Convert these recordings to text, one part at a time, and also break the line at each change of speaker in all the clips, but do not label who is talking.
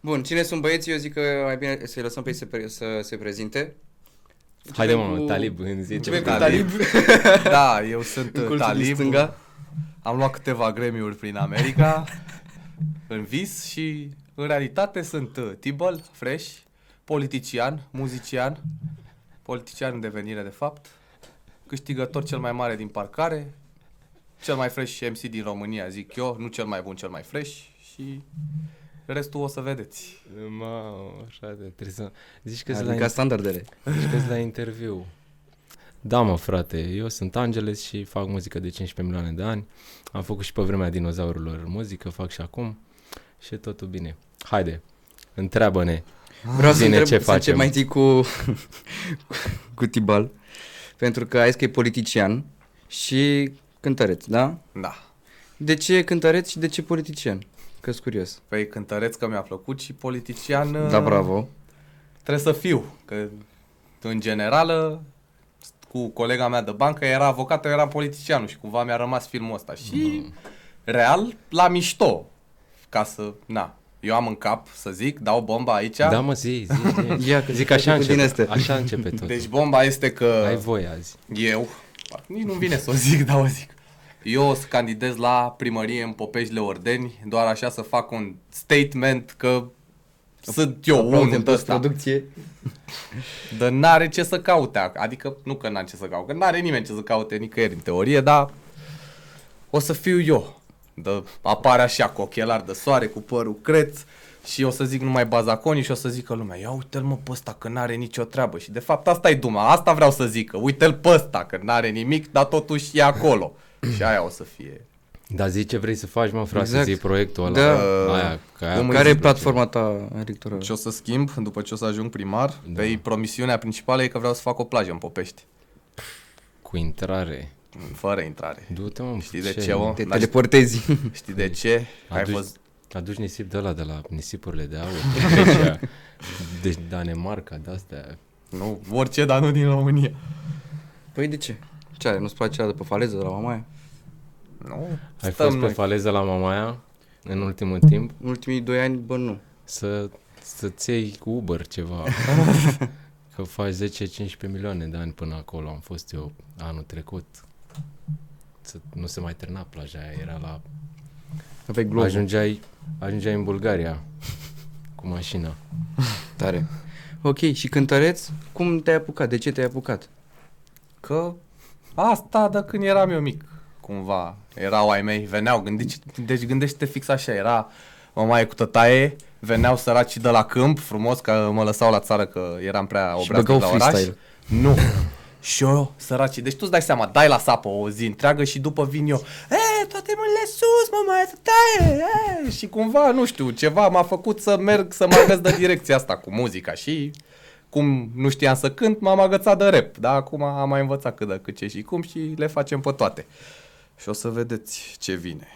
Bun, cine sunt băieții? Eu zic că mai bine să-i lăsăm pe ei să, pre- să se prezinte.
Haide,
Începem
mă,
cu-
Talib, în zi.
Începem cu
Talib.
Talib,
Da, eu sunt
în
uh,
colțul din
Talib.
stânga.
Am luat câteva gremiuri prin America, în vis și în realitate sunt uh, Tibăl, fresh, politician, muzician, politician în devenire de fapt, câștigător cel mai mare din parcare, cel mai fresh MC din România, zic eu, nu cel mai bun, cel mai fresh și restul o să vedeți.
Mamă, așa de trebuie să... Zici că sunt la,
Adică standardele.
zici că-s la interviu. Da, mă, frate, eu sunt Angeles și fac muzică de 15 milioane de ani. Am făcut și pe vremea dinozaurilor muzică, fac și acum. Și e totul bine. Haide, întreabă-ne.
Vreau să
Bine,
întreb,
ce
să încep
facem?
mai întâi cu, cu Tibal, pentru că ai zis că e politician și cântăreț, da?
Da.
De ce cântăreț și de ce politician? că sunt curios.
Păi cântăreț că mi-a plăcut și politician... uh,
Da, bravo.
trebuie să fiu. Că, în general, cu colega mea de bancă era avocat, eu eram politicianul și cumva mi-a rămas filmul ăsta. Și,
Mm-hmm.
real, la mișto. Ca să, na, eu am în cap să zic, dau bomba aici.
Da, mă, zi, zi, zi.
Ia, că
zic
zici
așa
că din
începe,
astea.
așa începe tot.
deci bomba este că...
Ai voie azi.
Eu, nici nu vine să o zic, dar o zic. Eu o să candidez la primărie în Popeșile Ordeni, doar așa să fac un statement că sunt eu unul
Aplauzem
de
toți
ăsta.
producție.
Dar n-are ce să caute, ac- adică nu că n-am ce să caut, că n-are nimeni ce să caute nicăieri în teorie, dar o să fiu eu. Dă, apare așa cu ochelar de soare, cu părul creț și o să zic numai bazaconii și o să zică lumea, ia uite-l mă pe ăsta că n-are nicio treabă și de fapt asta e duma, asta vreau să zică, uite-l pe ăsta că n-are nimic, dar totuși e acolo. și aia o să fie.
Dar zi ce vrei să faci, mă, frate,
Exact.
exact. zi proiectul ăla.
Da.
Aia, că aia,
Cum îi
Care e
zic,
platforma ta electorală?
Ce o să schimb după ce o să ajung primar? Da. Pe promisiunea principală e că vreau să fac o plajă în Popești,
cu intrare.
fără intrare.
Du-te, mă,
Știi de ce, mă?
Te
N-aș-
teleportezi.
Știi de ce? Ai
Aduci,
văzut?
aduci nisip de la de la nisipurile de aur. Deci, deci Danemarca, de astea.
Nu, orice, dar nu din România.
Păi de ce? Ce are? Nu-ți place alea de pe faleză de la mamaia?
Nu,
Ai
stăm
fost pe
noi.
faleză la Mamaia în ultimul timp
În ultimii doi ani, bă, nu.
să, să-ți iei cu Uber ceva. Că faci 10-15 milioane de ani până acolo. Am fost eu anul trecut. Să, nu se mai termina plaja aia, era la
Aveai globul. Ajungi.
Ajungeai, ajungeai în Bulgaria cu mașina.
Tare. Ok, și cântăreț, cum te-ai apucat? De ce te-ai apucat?
că asta de când eram eu mic, cumva. Erau ai mei, veneau, gândici, deci gândește fix așa, era mamaie cu tătaie, veneau săraci de la câmp, frumos că mă lăsau la țară că eram prea
Și
obraznic la
băgau
oraș.
freestyle.
Nu. Și eu, săraci, deci tu-ți dai seama, dai la sapă o zi întreagă și după vin eu, e, toate mâinile sus, mă, mai tătaie, e! și cumva, nu știu, ceva m-a făcut să merg, să mă agăț de direcția asta cu muzica și cum nu știam să cânt, m-am agățat de rap, dar acum am mai învățat cât de cât ce și cum și le facem pe toate. Și o să vedeți ce vine.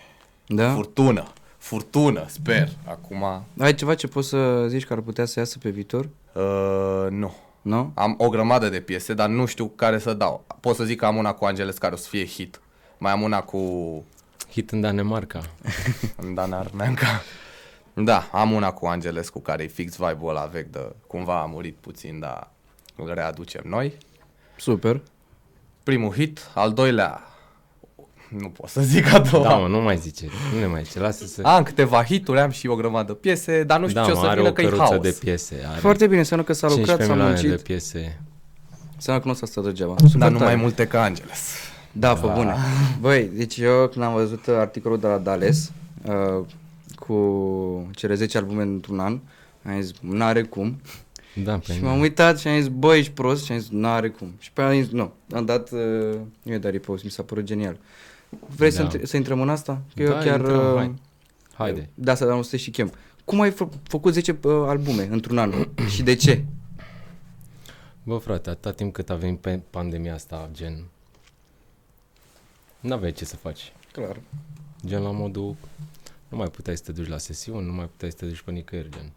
Da?
Furtună, furtună, sper, acum,
Ai ceva ce poți să zici că ar putea să iasă pe viitor?
uh, nu.
Nu?
Am o grămadă de piese, dar nu știu care să dau. Pot să zic că am una cu Angeles care o să fie hit. Mai am una cu
Hit în Danemarca.
Dan Armeanca. Da, am una cu Angeles cu care e fix vibe-ul ăla vechi de cumva a murit puțin, dar îl readucem noi.
Super.
Primul hit, al doilea, nu pot să zic a doua.
Da, mă, nu mai zice. Nu ne mai zice. Lasă să...
am câteva hituri, am și o grămadă de piese, dar nu știu
da,
ce o
mă,
să
are
vină
o
că e
căruță
haos.
de piese. Are
Foarte bine, înseamnă că s-a lucrat,
15
s-a
milioane
muncit.
de piese.
Înseamnă că nu s-a stat degeaba.
Dar
Super
nu
tare.
mai multe ca Angeles.
Da, pe bune.
Ah.
Băi, deci eu când am văzut uh, articolul de la Dales uh, cu cele 10 albume într-un an, am zis, n-are cum.
Da,
Și
pe
m-am uitat și am zis, bă, ești prost și am zis, n-are cum. Și pe aia am zis, nu, am dat, uh, nu e Dari Post, mi s-a părut genial. Vrei
Da.
să, intr- să intrăm în asta? Că eu
Da,
chiar...
intrăm,
uh,
hai. Haide.
Da, să am și chem. Cum ai fă- făcut 10 uh, albume într-un an și de ce?
Bă, frate, atâta timp cât a venit pe pandemia asta, gen... N-aveai ce să faci.
Clar.
Gen la modul... Nu mai puteai să te duci la sesiuni, nu mai puteai să te duci pe nicăieri, gen.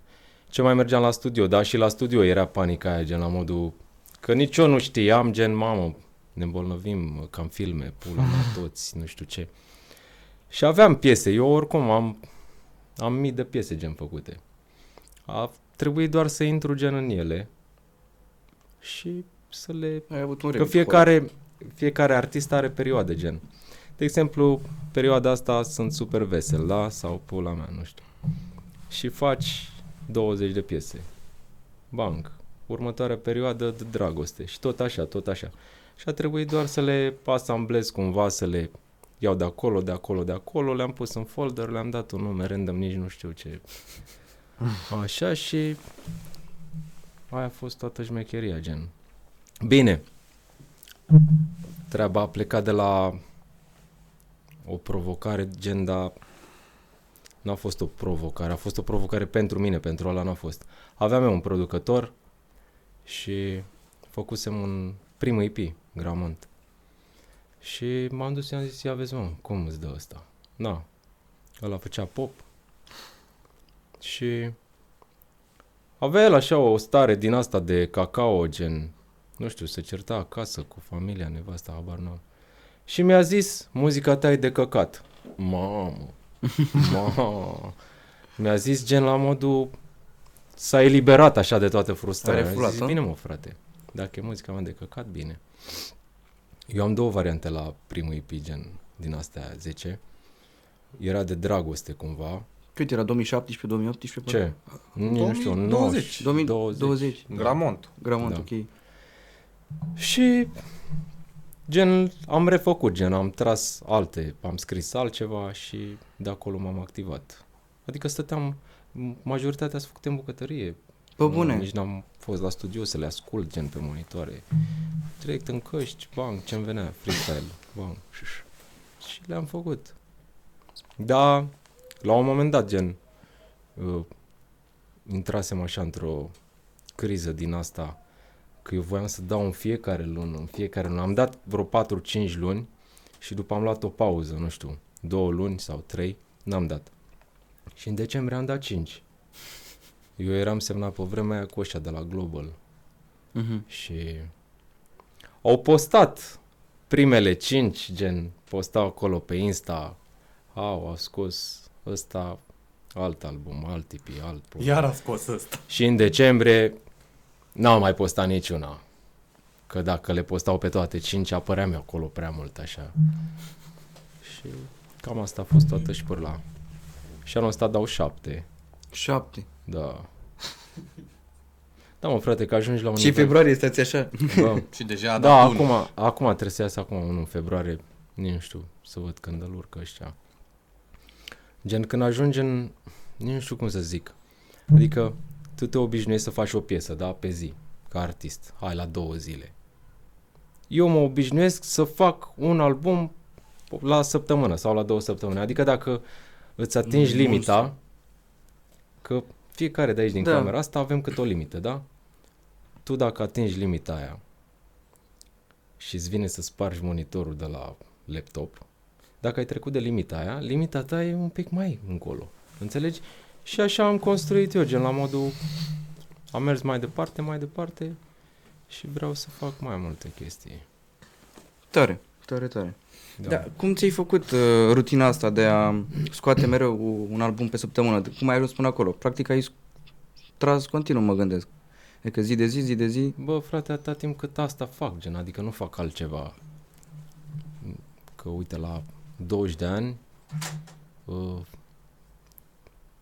Ce mai mergeam la studio, dar și la studio era panica aia, gen la modul... Că nici eu nu știam, gen, mamă, ne îmbolnăvim, cam filme, pula mea, toți, nu știu ce. Și aveam piese, eu oricum am, am mii de piese gen făcute. A trebuit doar să intru gen în ele și să le
Ai avut un
Că
remix,
fiecare, fiecare artist are perioade, gen. De exemplu, perioada asta sunt super vesel, da? Sau pula mea, nu știu. Și faci 20 de piese. Banc. Următoarea perioadă de dragoste. Și tot așa, tot așa. Și a trebuit doar să le asamblez cumva, să le iau de acolo, de acolo, de acolo, le-am pus în folder, le-am dat un nume random, nici nu știu ce. Așa și aia a fost toată șmecheria, gen. Bine, treaba a plecat de la o provocare gen, dar n-a fost o provocare, a fost o provocare pentru mine, pentru ăla n-a fost. Aveam eu un producător și făcusem un primul EP, Gramont. Și m-am dus și am zis, ia vezi mă, cum îți dă ăsta? Na, ăla făcea pop și avea el așa o stare din asta de cacao, gen, nu știu, se certa acasă cu familia, nevasta, habar n-am. Și mi-a zis, muzica ta e de căcat. Mamă, mamă. Mi-a zis gen la modul, s-a eliberat așa de toată
A
frustrarea. Mi-a
refulat-o?
zis, bine mă frate, dacă e muzica mea de căcat, bine. Eu am două variante la primul EP, gen din astea 10. Era de dragoste cumva.
Cât era? 2017, 2018?
Ce? Nici Nu știu,
2020.
2020.
2020.
Gramont.
Gramont,
Da.
ok.
Și gen am refăcut, gen am tras alte, am scris altceva și de acolo m-am activat. Adică stăteam, majoritatea s-a făcut în bucătărie.
Pe
Nu,
bune.
Nici n-am fost la studio să le ascult gen pe monitoare. Direct în căști, bang, ce-mi venea, freestyle, bang. șuș. Și le-am făcut. Da, la un moment dat, gen, uh, intrasem așa într-o criză din asta că eu voiam să dau în fiecare lună, în fiecare lună. Am dat vreo 4-5 luni și după am luat o pauză, nu știu, două luni sau trei, n-am dat. Și în decembrie am dat 5. Eu eram semnat pe vremea aia cu ăștia de la Global
Mhm.
și au postat primele 5, gen, postau acolo pe Insta, au, au scos ăsta, alt album, alt tip, alt pop.
Iar a scos ăsta.
Și în decembrie n-am mai postat niciuna. Că dacă le postau pe toate cinci, apăream eu acolo prea mult așa. Și cam asta a fost toată șpârla. Și anul ăsta dau șapte.
7.
Da. Da, mă, frate, că ajungi la un
Și februarie stați așa.
Bă,
Și deja a dat
da,
unul.
acum, acum trebuie să iasă acum unul în februarie, nici nu știu, să văd când îl urcă ăștia. Gen, când ajungi în, nici nu știu cum să zic, adică tu te obișnuiești să faci o piesă, da, pe zi, ca artist, hai la două zile. Eu mă obișnuiesc să fac un album la săptămână sau la două săptămâni, adică dacă îți atingi
Bun.
limita, că fiecare de aici din
Da.
da. camera asta avem cât o limită, da? Tu dacă atingi limita aia, și îți vine să spargi monitorul de la laptop, dacă ai trecut de limita aia, limita ta e un pic mai încolo. Înțelegi? Și așa am construit eu, gen la modul am mers mai departe, mai departe și vreau să fac mai multe chestii.
Tare, tare, tare.
Da.
Da. Cum ți-ai făcut uh, rutina asta de a scoate mereu u- un album pe săptămână? De- Cum ai ajuns până acolo? Practic ai sc- tras continuu, mă gândesc. Adică zi de zi, zi de zi.
Bă, frate, atâta timp cât asta fac, gen, adică nu fac altceva. Că uite, la 20 de ani uh,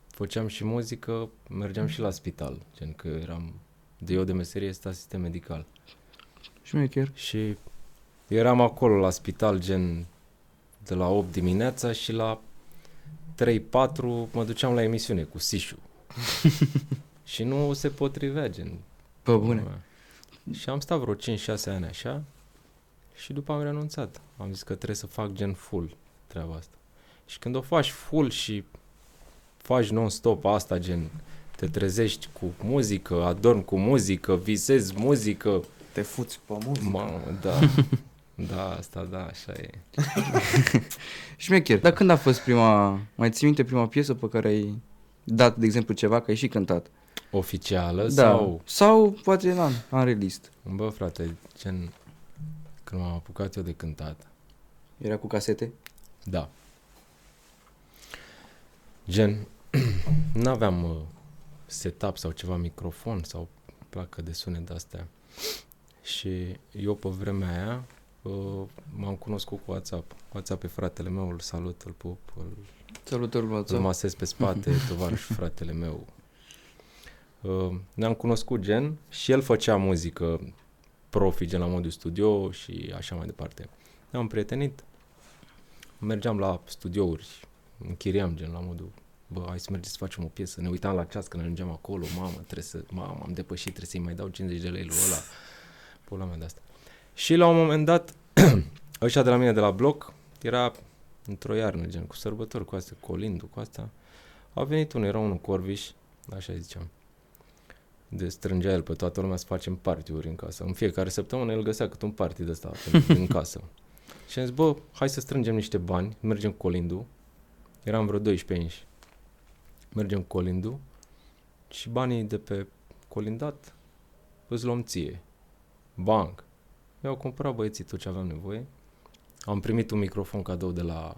făceam și muzică, mergeam și la spital, gen că eram, de eu de meserie este asistent medical.
Șmecher.
Și eram acolo la spital gen de la 8 dimineața și la 3-4 mă duceam la emisiune cu Sișu. și nu se potrivea gen.
Pe bune.
Și am stat vreo 5-6 ani așa și după am renunțat. Am zis că trebuie să fac gen full treaba asta. Și când o faci full și faci non-stop asta gen te trezești cu muzică, adormi cu muzică, visezi muzică,
Te fuți pe muzică.
Mamă, da. da, asta da, așa e.
Șmecher. Dar când a fost prima, mai ții minte prima piesă pe care ai dat, de exemplu, ceva, că ai și cântat?
Oficială da. sau...
Sau poate în an, în relist.
Bă, frate, gen... Când m-am apucat eu de cântat.
Era cu casete?
Da. Gen, n-aveam uh, setup sau ceva microfon sau placă de sunet de astea. Și eu pe vremea aia uh, m-am cunoscut cu WhatsApp. WhatsApp e fratele meu, îl salut, îl pup, îl
Salutări lui
îl
WhatsApp.
masez pe spate, tovarăș fratele meu. Uh, Ne-am cunoscut gen și el făcea muzică profi, gen la modul studio și așa mai departe. Ne-am prietenit, mergeam la studiouri, închiriam gen la modul bă, hai să mergem să facem o piesă. Ne uitam la ceas când ajungeam acolo, mamă, trebuie să, mamă, am depășit, trebuie să-i mai dau 50 de lei lui ăla. Pula mea de asta. Și la un moment dat, ăștia de la mine de la bloc, era într-o iarnă, gen, cu sărbători, cu astea, cu Olindu, cu asta. A venit unul, era unul Corviș, așa ziceam. De strângea el pe toată lumea să facem partiuri în casă. În fiecare săptămână el găsea câte un party de ăsta pentru- în casă. Și am zis, bă, hai să strângem niște bani, mergem cu Olindu. Eram vreo 12 inși. Mergem cu Olindu și banii de pe colindat îți luăm ție. Banc. Eu am cumpărat băieții tot ce aveam nevoie. Am primit un microfon cadou de la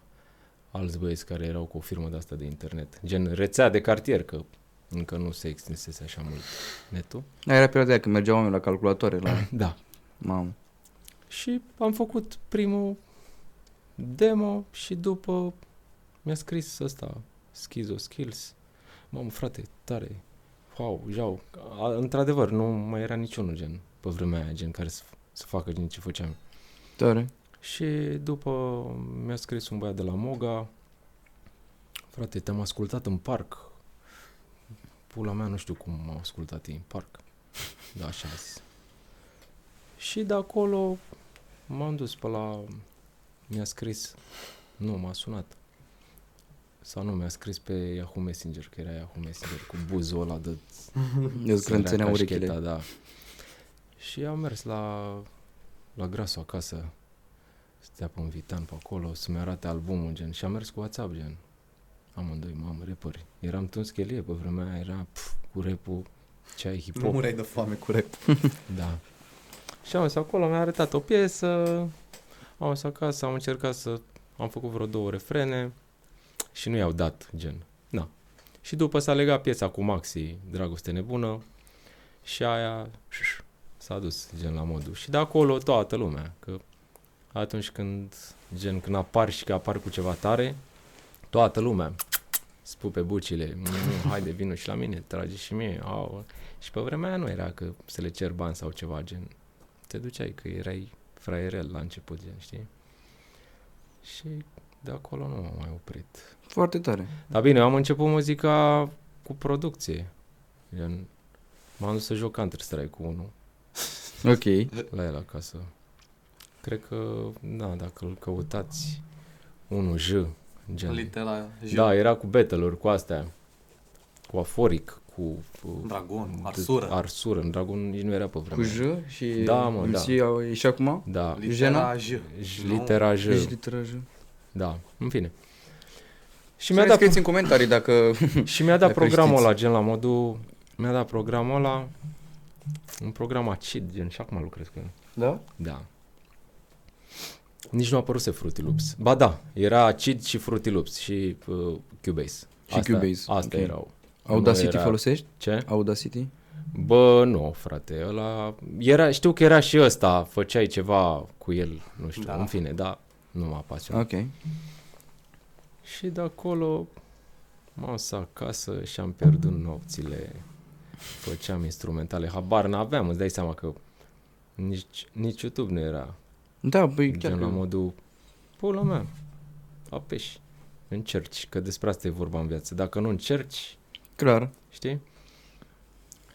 alți băieți care erau cu o firmă de asta de internet. Gen rețea de cartier, că încă nu se extinsese așa mult netul.
Aia Era perioada aia când mergeau oameni la calculatoare, la...
Da.
Mamă.
Și am făcut primul demo și după mi-a scris ăsta, Schizo Skills. Mamă, frate, tare, wow, jau. A, într-adevăr, nu mai era niciunul gen pe vremea aia, gen care să, să facă din ce făceam.
Tare.
Și după mi-a scris un băiat de la Moga, frate, te-am ascultat în parc. Pula mea, nu știu cum m-au ascultat ei în parc. Da, așa a zis. Și de acolo m-am dus pe la... Mi-a scris... Nu, m-a sunat. Sau nu, mi-a scris pe Yahoo Messenger, că era Yahoo Messenger cu buzul ăla de
Îți
Sărea
crânțenea
cașcheta,
urechile.
da. Și am mers la, la Grasu acasă, stătea pe un vitan pe acolo, să-mi arate albumul, gen, și am mers cu WhatsApp, gen. Amândoi, mamă, repări. Eram tuns chelie pe vremea aia, era pf, cu repul, ce ai hip-hop.
Nu mureai de foame cu rap.
Da. Și am mers acolo, mi-a arătat o piesă, am mers acasă, am încercat să... Am făcut vreo două refrene și nu i-au dat, gen. Da. Și după s-a legat piesa cu Maxi, Dragoste Nebună, și aia șuș, s-a dus, gen, la modul. Și de acolo toată lumea, că atunci când, gen, când apar și că apar cu ceva tare, toată lumea spupe bucile, "Mm, haide, vino și la mine, trage și mie, au, și pe vremea aia nu era că să le cer bani sau ceva gen. Te duceai că erai fraierel la început, gen, știi? Și de acolo nu m-am mai oprit.
Foarte tare.
Dar bine, eu am început muzica cu producție. Gen, m-am dus să joc Counter-Strike cu unul
Ok.
la el acasă. Cred că, da, dacă îl căutați, 1J, gen.
Litera J.
Da, era cu battle cu astea, cu Aforic, cu... cu
Dragon, Da, arsură.
Arsură, în Dragon nici nu era pe vremea
Cu
aia.
J și
Da, mă,
MC
da.
au- e și acum?
Da,
Litera J.
J-
Nu?
litera J.
Deci litera J.
Da, în fine. Și
Și
mi-a
mi-a
dat,
scrieți în comentarii dacă...
și mi-a dat
Dacă
programul
știți.
ăla, gen la modul... Mi-a dat programul ăla, un program acid, gen, și acum lucrez cu el.
Da?
Da. Nici nu a apăruse Fruity Loops. Ba da, era acid și Fruity Loops și uh, Cubase.
Și Cubase,
Astea
ok.
erau.
Audacity
era-
folosești?
Ce?
Audacity?
Bă, nu, frate, ăla... Era, știu că era și ăsta, făceai ceva cu el, nu știu, da.
Da.
în fine, da, nu m-a pasionat.
Ok.
Și de acolo m-am dus acasă și am pierdut nopțile, făceam instrumentale, habar n-aveam, îți dai seama că nici, nici YouTube nu era,
Da, băi, chiar
gen la
că...
modul, pula mea, apeși, încerci, că despre asta e vorba în viață, dacă nu încerci,
Clar.
știi?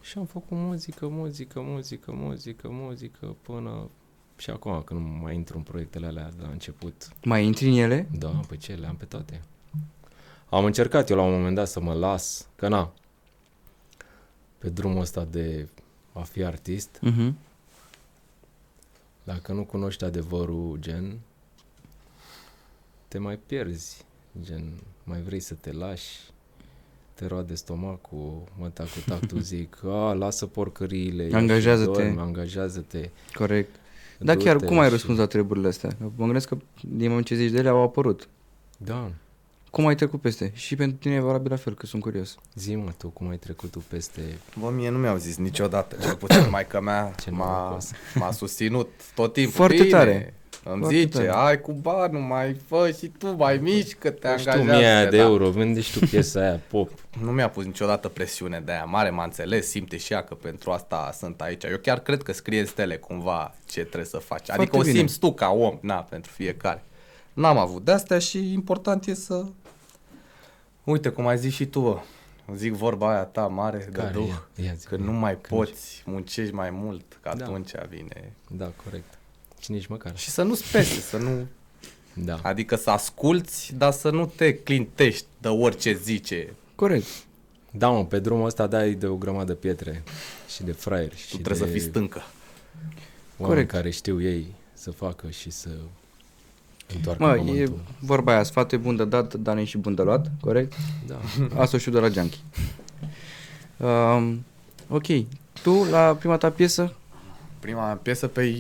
Și am făcut muzică, muzică, muzică, muzică, muzică, până și acum când mai intru în proiectele alea de la început,
Mai intri în ele?
da, pe ce le am pe toate. Am încercat eu la un moment dat să mă las, că na, pe drumul ăsta de a fi artist,
Mhm.
dacă nu cunoști adevărul, gen, te mai pierzi, gen, mai vrei să te lași, te roade stomacul, mă ta cu tactul zic, a, lasă porcăriile, ia și
Angajează-te."
dormi, angajează-te.
Corect. Dar chiar
du-te
cum ai
și-
răspuns la treburile astea? Că Mă gândesc că din moment ce zici de ele au apărut.
Da,
Cum ai trecut peste? Și pentru tine e valabil la fel, că sunt curios.
Zi mă tu, cum ai trecut tu peste...
Bă, mie nu mi-au zis niciodată, cel puțin maica mea
Ce
m-a,
norocos.
m-a susținut tot timpul.
Foarte
Bine,
tare.
Îmi
Foarte
zice,
tare.
hai cu banul, mai fă și tu, mai mișcă, te
Nu știu,
angajează.
mie aia de
da.
euro, vinde și tu piesa aia, pop.
Nu mi-a pus niciodată presiune de aia mare, m-a înțeles, simte și ea că pentru asta sunt aici. Eu chiar cred că scrie în stele cumva ce trebuie să faci. Adică
Foarte
o
bine.
simți tu ca om, na, pentru fiecare. N-am avut de-astea și important e să... Uite, cum ai zis și tu, bă, zic vorba aia ta mare
Care
de duh.
e? Ia zi.
Că nu mai poți, muncești mai mult, că
Da.
atunci vine.
Da, corect. Și nici măcar.
Și să nu-ți pese, să nu...
Da.
Adică să asculți, dar să nu te clintești de orice zice.
Corect.
Da, mă, pe drumul ăsta dai de o grămadă de pietre și de fraieri și
Tu trebuie
de
să fii stâncă.
oameni
Corect.
care știu ei să facă și să întoarcă
Mă, e
pământul.
vorba aia, sfat e bun de dat, dar nu e și bun de luat, corect?
Da.
Asta o știu de la Junkie. Um, ok, tu la prima ta piesă,
Prima piesă pe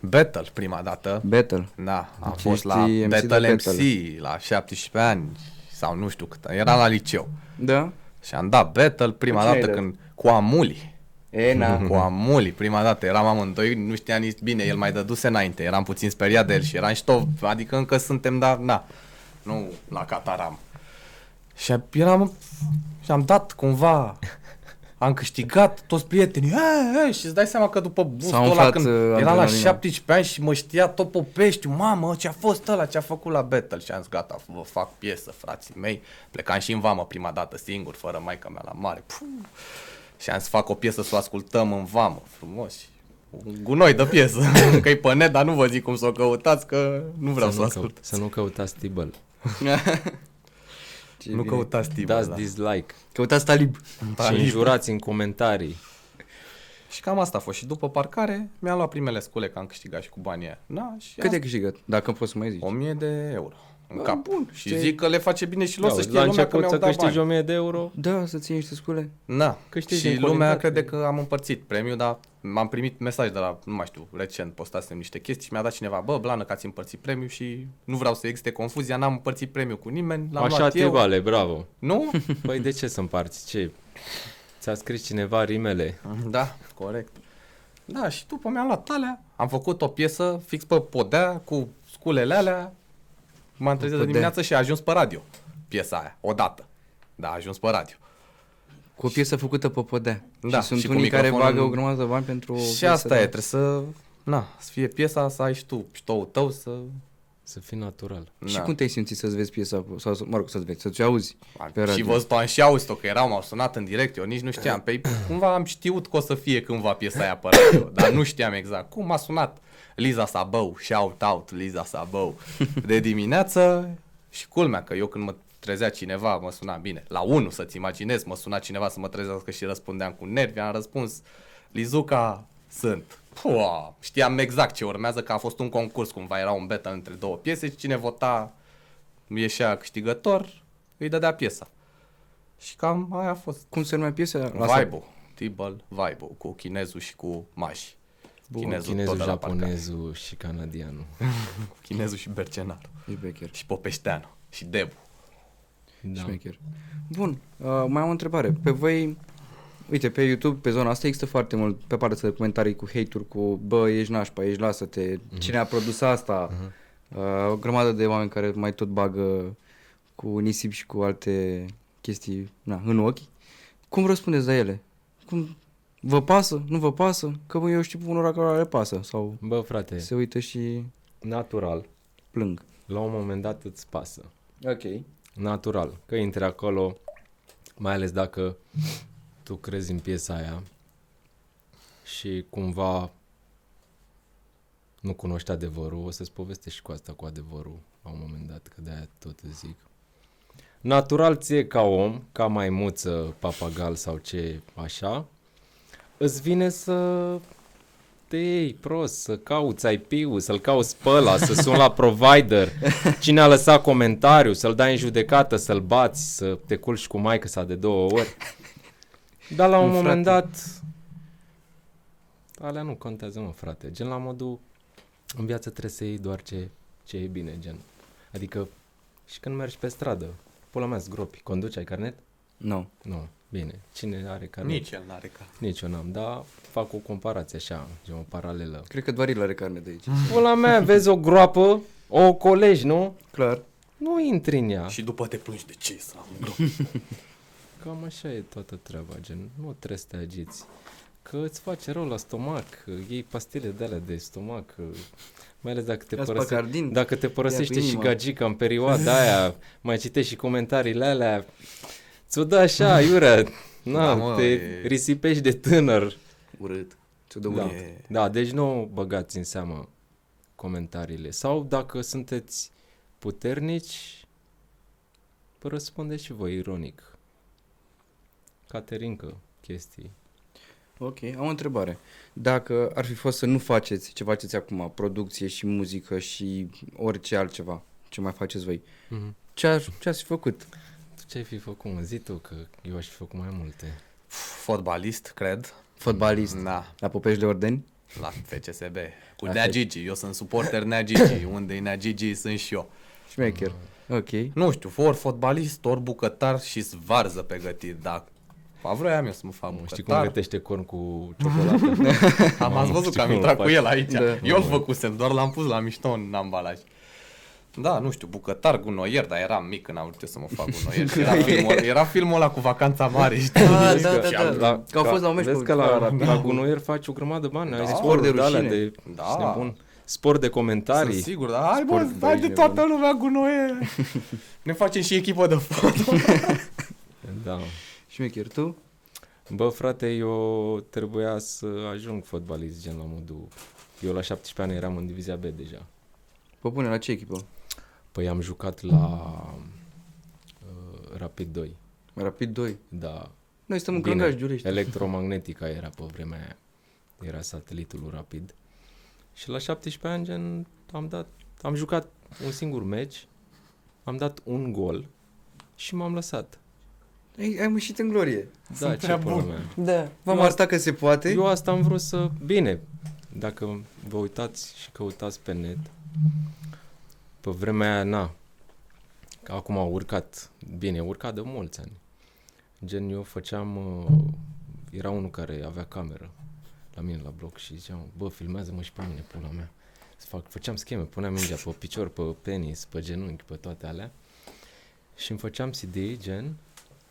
Battle, prima dată.
Battle.
Da, am
Deci
fost
ești
la
MC de
Battle MC
Battle.
la 17 ani sau nu știu cât. Era la liceu.
Da?
Și am dat Battle prima
Cu cine
dată
ai dat?
când cu Amuli.
E,
Cu Amuli, prima dată eram amândoi, nu știam nici bine, el mai dăduse înainte, eram puțin speriat de el și eram ștov, adică încă suntem, dar na, nu la cataram. Și eram, și am dat cumva, am câștigat toți prietenii, e, e, și îți dai seama că după
S-a
bustul ăla,
umflat,
când
uh,
era la
adrenalina.
17 ani și mă știa tot popeștiu, mamă, ce-a fost ăla, ce-a făcut la battle și am zis, gata, vă fac piesă, frații mei, plecam și în vamă prima dată, singur, fără maica mea la mare, Puh. Și am să fac o piesă să o ascultăm în vamă, frumos. și Un gunoi de piesă, că e pe net, dar nu vă zic cum să o căutați, că nu vreau să,
să,
o
nu cău-
ascult.
să nu căutați Tibble.
Ce
Nu
bine.
căutați timp.
Dați
Da.
dislike
Căutați Talib.
și
Talib.
înjurați în comentarii.
Și cam asta a fost. Și după parcare mi-am luat primele scule, că am câștigat și cu banii aia. Na, și
Cât
Cât
ai câștigat? Dacă poți să mai zici.
1000 de euro în
Bă,
cap.
bun,
și
ce-
zic că le face bine și lor
Da,
să
la
știe lumea că
început
mi-au
să
dat
câștigi
bani.
1000 de euro,
Da, să ții niște scule.
Na,
Câștigi
Da. și
din
lumea
calitate.
crede că am împărțit premiul, dar m-am primit mesaj de la, nu mai știu, recent postasem niște chestii și mi-a dat cineva, bă, blană că ați împărțit premiul și nu vreau să existe confuzia, n-am împărțit premiul cu nimeni, l-am
așa
luat eu.
Tibale, bravo.
Nu?
Păi de ce să împarți? Ce? Ți-a scris cineva rimele?
da, corect. Da, și după mi-am luat alea, am făcut o piesă fix pe podea cu sculele alea, m-am trezit de
podea.
dimineață și a ajuns pe radio piesa aia, odată. Da, a ajuns pe radio.
Cu o piesă făcută pe podea.
Da,
și sunt
și cu
unii care
microfonul
bagă
în-
o grămadă de bani pentru o
și
piesă
asta
de-
e, trebuie să, na, să fie piesa, să ai și tu ștoul tău, să...
Să fii natural.
Și
na.
cum te-ai simțit să-ți vezi piesa, sau, să- mă rog, să-ți vezi, să-ți o auzi pe
Și
radio?
văzut am și auzit-o că erau, m-au sunat în direct, eu nici nu știam. Păi cumva am știut că o să fie cândva piesa aia pe radio, dar nu știam exact. Cum m-a sunat Liza Sabău, shout out Liza Sabău, de dimineață și culmea că eu când mă trezea cineva, mă suna bine, la 1 să-ți imaginezi, mă suna cineva să mă trezească și răspundeam cu nervi, am răspuns, Lizuca, sunt. Pua, știam exact ce urmează, că a fost un concurs, cumva era un beta între două piese și cine vota ieșea câștigător, îi dădea piesa. Și cam aia a fost.
Cum se numea piesa? Lasă-
Vibe-ul. Tibble, vibe cu chinezul și cu mași.
Bun,
Chinezul
chinezul,
tot de la
japonezul și canadianul.
Chinezul și Bercenar.
Ești becher.
Și Popeșteanu. Și Debu.
Da.
Șmecher. Bun, uh, mai am o întrebare. Pe voi, uite, pe YouTube, pe zona asta există foarte mult pe partea de comentarii cu hate-uri, cu bă, ești nașpa, ești lasă-te, cine a produs asta? Uh, o grămadă de oameni care mai tot bagă cu nisip și cu alte chestii na, în ochi. Cum răspundeți la ele? Cum vă pasă? Nu vă pasă? Că bă, eu știu unora care le pasă sau
Bă, frate,
se uită și
natural.
plâng.
La un moment dat îți pasă.
Ok.
Natural. Că intri acolo, mai ales dacă tu crezi în piesa aia și cumva nu cunoști adevărul, o să-ți povestești și cu asta cu adevărul la un moment dat, că de-aia tot îți zic. Natural ție ca om, ca maimuță, papagal sau ce așa, îți vine să te iei prost, să cauți IP-ul, să-l cauți pe ăla, să suni la provider, cine a lăsat comentariu, să-l dai în judecată, să-l bați, să te culci cu maică sa de două ori. Dar la un
Nu, frate.
moment dat, alea nu contează, mă, frate. Gen la modul, în viață trebuie să iei doar ce, ce e bine, gen. Adică și când mergi pe stradă, pula mea, zgropi. Conduci, ai carnet?
Nu.
Nu. Bine. Cine are carnet?
Nici el n-are ca.
Nici eu n-am, dar fac o comparație așa, gen o paralelă.
Cred că doar el are carne de aici.
Pula mea, vezi o groapă, o colegi, nu?
Clar.
Nu intri în
Da.
ea.
Și după te plângi de ce să am grop.
Cam așa e toată treaba, gen, nu trebuie să te agiți. Că îți face rău la stomac, iei pastile de alea de stomac, mai ales dacă te,
Ia-ți
părăse...
pacardin,
dacă te
ia
părăsește
cu
și
inima.
gagica în perioada aia, mai citești și comentariile alea, ți-o dă așa, iurea, na,
Da, mă,
te
e-
risipești de tânăr.
Urât. Ți-o dă
Da.
urât.
da, deci nu băgați în seamă comentariile. Sau dacă sunteți puternici, răspundeți și voi ironic. Caterincă, chestii.
Ok, am o întrebare. Dacă ar fi fost să nu faceți ce faceți acum, producție și muzică și orice altceva, ce mai faceți voi,
Mm-hmm.
ce, ar, ce ați fi făcut?
Tu ce ai fi făcut, mă? Zi tu, că eu aș fi făcut mai multe.
Fotbalist, cred.
Fotbalist?
Da,
La Popești de Ordeni?
la FCSB. Cu
La
Nea
F-
Gigi, eu sunt suporter Nea Gigi, unde e Nea Gigi sunt și eu.
Șmecher.
Mm.
Ok.
Nu știu, ori fotbalist, ori bucătar și varză pe gătit, dacă Pa, vroiam eu să mă fac
Mă,
bucătar.
știi cum gătește corn cu ciocolată?
Am ați
Mamă,
văzut că
știi
am
cum
intrat
îl
cu
faci.
el aici.
Da.
Eu îl făcusem, doar l-am pus la mișto în ambalaj. Da, nu știu, bucătar, gunoier, dar eram mic când am vrut eu să mă fac gunoier. Era filmul, era filmul ăla cu vacanța mare, știi?
Ah,
Și
da, da,
am-
da. Că au fost la un meci
Vezi
cu-
că la,
cu-
la gunoier faci o grămadă de bani, ai
Spor
sport
de
de alea
rușine.
de...
Da.
Da. Bun. Sport de comentarii.
Sunt sigur, dar hai,
Sport
bă,
de
hai de
bine,
toată lumea gunoier. ne facem și echipă de fotbal.
Da.
Șmecher, tu?
Bă, frate, eu trebuia să ajung fotbalist, gen la modul... Eu la 17 ani eram în divizia B deja.
Popune, la ce echipă?
Păi am jucat la uh, Rapid 2.
Rapid 2.
Da,
Noi stăm în
Bine.
Clăngaș, Giurești.
Electromagnetica era pe vremea aia. Era satelitul lui rapid. Și la 17 ani gen, am dat, am jucat un singur meci, am dat un gol și m-am lăsat.
Ai, ai mușit în glorie.
Da,
Sunt
ce
prea
pula
bun.
mea.
Da. V-am
Eu asta-
arătat că se poate.
Eu asta am vrut să... Bine, dacă vă uitați și căutați pe net, pe vremea aia, na, că acum au urcat, bine, au urcat de mulți ani. Gen, eu făceam, uh, era unul care avea cameră la mine la bloc și ziceam, bă, filmează-mă și pe mine, pula mea. Să fac, făceam scheme, puneam mingea pe picior, pe penis, pe genunchi, pe toate alea. Și îmi făceam CD, gen,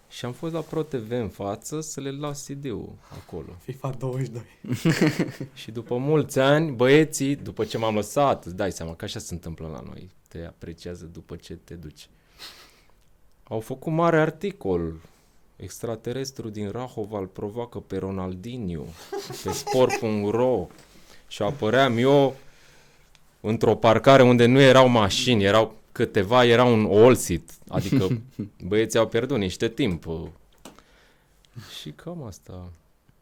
și am fost la Pro TV în față să le las CD-ul acolo.
FIFA 22.
Și după mulți ani, băieții, după ce m-am lăsat, îți dai seama că așa se întâmplă la noi. Te apreciază după ce te duci. Au făcut mare articol. Extraterestru din Rahova îl provoacă pe Ronaldinho pe sport.ro și apăream eu într-o parcare unde nu erau mașini, erau câteva, era un all-sit, adică băieții au pierdut niște timp. Și cam asta.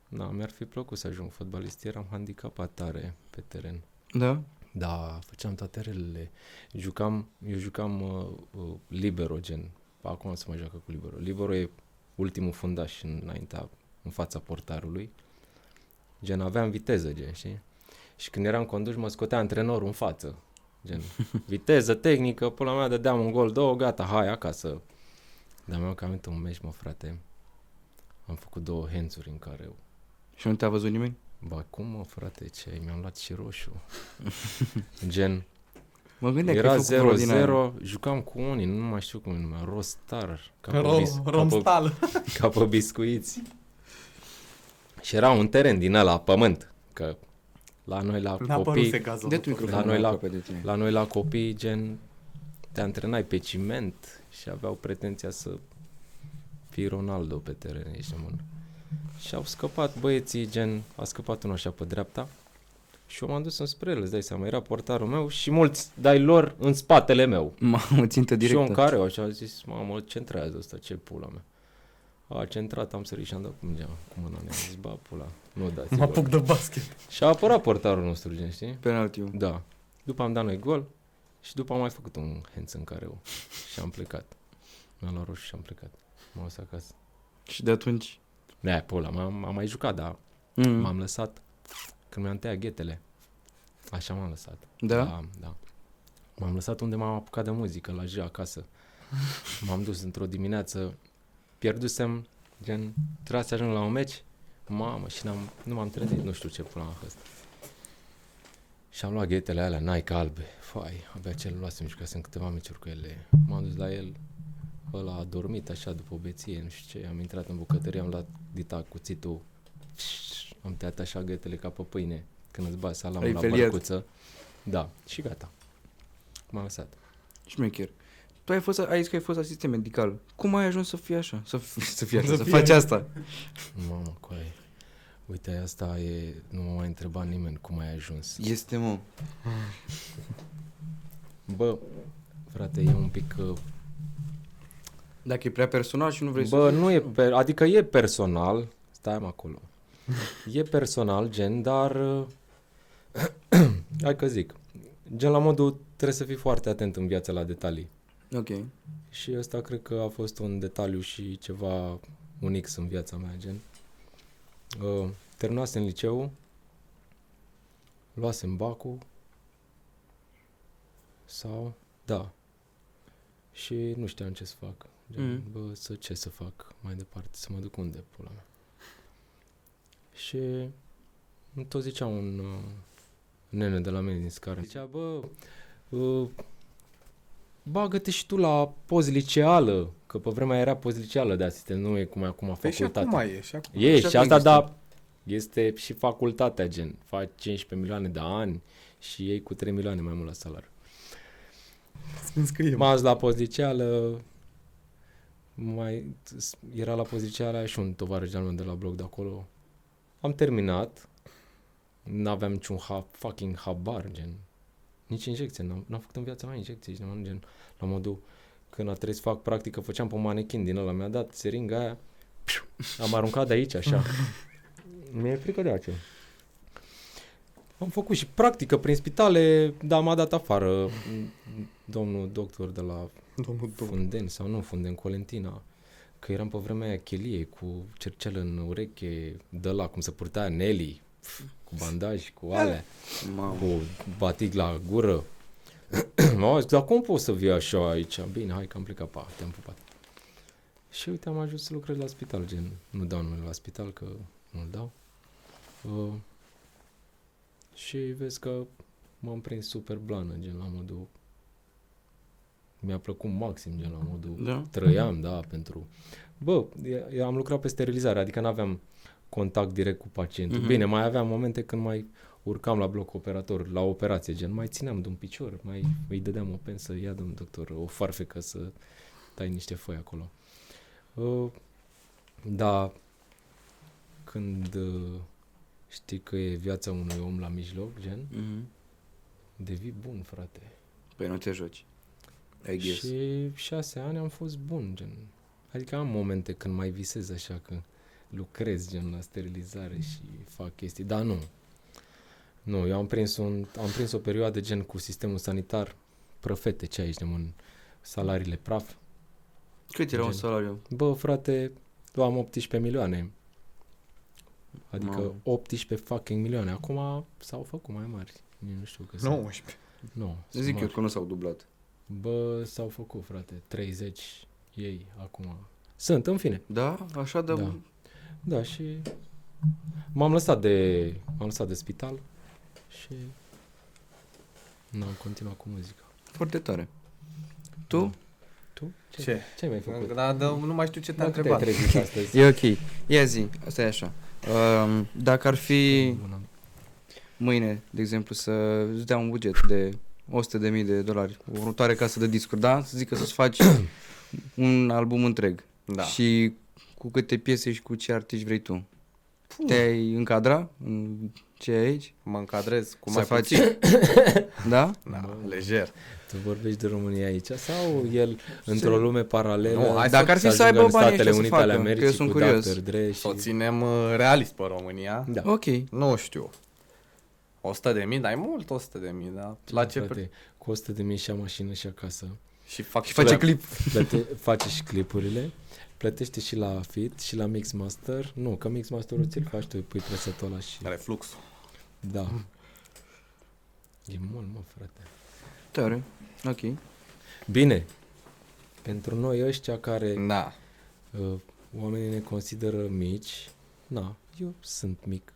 Da, mi-ar fi plăcut să ajung fotbalist, eram handicapat tare pe teren.
Da?
Da, făceam toate relele. Jucam, eu jucam uh, uh, libero, gen. Acum nu se mai joacă cu libero. Libero e ultimul fundaș înaintea, în fața portarului. Gen, aveam viteză, gen, știi? Și când eram conduși, mă scotea antrenorul în față. Gen, viteză, tehnică, pula mea, dădeam un gol, două, gata, hai acasă. Dar mi-am cam un meci, mă, frate. Am făcut două hands în care
Și nu te-a văzut nimeni?
Ba cum mă frate, ce, mi-am luat și roșu. Gen,
Mă gândeam că ai
era
făcut vreo din aia.
0-0, jucam cu unii, nu mai știu cum îi numea, Rostar, ca pe,
Rom,
bis- ca, pe,
Romstal.
ca pe biscuiți. Și era un teren din ăla, pământ, că la noi la
N-a
copii,
păruse gazul.
De tu microfonul
noi la-
aproape de tine.
la noi la copii, gen, te antrenai pe ciment și aveau pretenția să fii Ronaldo pe teren, ești nebun. Și au scăpat băieții, gen, a scăpat unul așa pe dreapta și eu m-am dus înspre el, îți dai seama, era portarul meu și mulți dai lor în spatele meu.
Mamă, țintă
Direct. Și eu în
directă.
care, eu așa am zis, mamă, centrează ăsta, ce pula mea. A centrat, am sărit și am dat cu mingea, cu mâna, am zis, ba, pula, nu dați
Mă
gol.
apuc de basket.
Și a apărat portarul nostru, gen, știi?
Penaltiul.
Da. După am dat noi gol și după am mai făcut un hands în careu și am plecat. Mi-am luat roșu și am plecat. M-am dus acasă.
Și de atunci...
Da, pula, m-am, am mai jucat, dar
Mm.
m-am lăsat când mi-am tăiat ghetele. Așa m-am lăsat.
Da?
Da. da. M-am lăsat unde m-am apucat de muzică, la J acasă. M-am dus într-o dimineață, pierdusem, gen, trebuia să ajung la un meci, mamă, și n-am, nu m-am trezit, nu știu ce pula a fost. Și am luat ghetele alea Nike albe, fai, abia ce le luasem și că sunt câteva meciuri cu ele. M-am dus la el, ăla a dormit așa după o beție, nu știu ce, am intrat în bucătărie, am luat dita cuțitul, am tăiat așa ghetele ca pe pâine, când îți bagi salamul
Ai
la
feliat.
bărcuță. Da, și gata. M-am lăsat.
Șmecher. Tu ai fost, ai zis că ai fost asistent medical. Cum ai ajuns să fii așa? Să, f- să fii așa,
Să
să, să
fii
faci
așa.
asta.
Mamă, coaie. Uite, asta e... Nu m-a mai întrebat nimeni cum ai ajuns.
Este, mă.
Bă, frate, e un pic... uh,
Dacă e prea personal și nu vrei
Bă,
să...
nu e... Per- adică e personal. Stai mă acolo. E personal, gen, dar... uh, Hai că zic. Gen, la modul, trebuie să fii foarte atent în viața la detalii.
Ok.
Și ăsta cred că a fost un detaliu și ceva unic în viața mea, gen. Uh, terminasem liceu, luasem bacul sau, da, și nu știam ce să fac. Gen,
Mhm.
mm. bă, să ce să fac mai departe, să mă duc unde, pula mea. Și îmi tot zicea un uh, nene de la mine din scară, zicea, bă, uh, bagă-te și tu la pozliceală, că pe vremea era pozliceală de asistent, nu e cum e acum
Păi și
facultate.
acum e, și acum.
E,
Și
și,
acum
asta,
este.
da, este și facultatea, gen, faci 15 milioane de ani și ei cu 3 milioane mai mult la salariu.
Îmi scrie.
M-am dus la poziceală, mai era la poziceală și un tovarăș de-al meu de la blog de acolo. Am terminat, n-aveam niciun ha- fucking habar, gen, nici injecție, n-am, n-am făcut în viața mea injecție, gen, gen, la modul, când a trebuit să fac practică, făceam pe manechin din ăla, mi-a dat seringa aia, piu, am aruncat de aici, așa. Mi-e frică de aceea. Am făcut și practică prin spitale, dar m-a dat afară m- domnul doctor de la
Domnul, domnul.
Funden sau nu Funden, Colentina, că eram pe vremea aia chelie cu cercel în ureche, de la cum se purta Nelly, pf, cu bandaj, cu alea,
Mamă.
cu batic la gură. M-au zis, dar cum poți să vii așa aici? Bine, hai că am plecat, pa, te-am pupat. Și uite, am ajuns să lucrez la spital, gen, nu dau numele la spital, că nu-l dau. Uh, și vezi că m-am prins super blană, gen, la modul... Mi-a plăcut maxim, gen, la modul
Da?
trăiam, da, pentru... Bă, e- eu am lucrat pe sterilizare, adică nu aveam contact direct cu pacientul.
Mhm.
Mm-hmm. Bine, mai aveam momente când mai urcam la bloc operator, la operație, gen, mai țineam de un picior, mai îi dădeam o pensă, ia de un doctor o farfecă să tai niște foi acolo. Uh, da, când uh, știi că e viața unui om la mijloc, gen,
Mhm.
devii bun, frate.
Păi nu te joci. I guess.
Și șase ani am fost bun, gen. Adică am momente când mai visez așa că lucrez gen la
Mm.
sterilizare și fac chestii, dar nu. Nu, eu am prins, un, am prins o perioadă gen cu sistemul sanitar prăfete, ce aici, în salariile praf.
Cât era un
Gen.
salariu?
Bă, frate, eu am 18 milioane. Adică
Mamă.
18 fucking milioane. Acum s-au făcut mai mari. Nici Nu știu că sunt.
19.
Nu, sunt
Zic
mari.
eu că nu s-au dublat.
Bă, s-au făcut, frate, 30 ei acum. Sunt, în fine.
Da? Așa, dar...
Da. Da, și m-am lăsat de, m-am lăsat de spital și n-am continuat cu muzica.
Foarte tare. Tu?
Da. Tu? Ce,
Ce?
ce mi-ai făcut?
Dar da, nu mai știu ce te-am
Dacă te-ai
întrebat.
trezit astăzi?
E ok. Ia zi, asta e așa. Um, dacă ar fi
Bună.
mâine, de exemplu, să îți dea un buget de 100.000 de dolari, o următoare casă de discuri, da? Să zică să-ți faci un album întreg.
Da.
Și cu câte piese și cu ce artiști vrei tu. Te-ai încadra în ce ai aici?
Mă încadrez cum
să
ar fi-
faci? da?
Da, lejer.
Tu vorbești de România aici sau el într-o lume paralelă?
Nu, hai să-
Dacă ar fi
se
să
ajungă
aibă
în
banii
Statele
ăștia să
Unite ale
facă, că eu
Americii
sunt
cu
curios.
Dr. Dre și...
Să o ținem uh, realist pe România.
Da.
Ok.
Nu știu. 100 de mii, dar e mult 100 de mii, da? La ce pre-
Frate, costă de mii și a mașină și acasă.
Și fac și
face
clip.
Plăte- face și clipurile, plătește și la fit și la mixmaster. Nu, că mixmasterul ți-l faci tu, îi pui presetul ăla și...
Refluxul.
Da. E mult, mă, frate.
Tare. Ok.
Bine. Pentru noi ăștia care
Na.
uh, oamenii ne consideră mici, na, eu sunt mic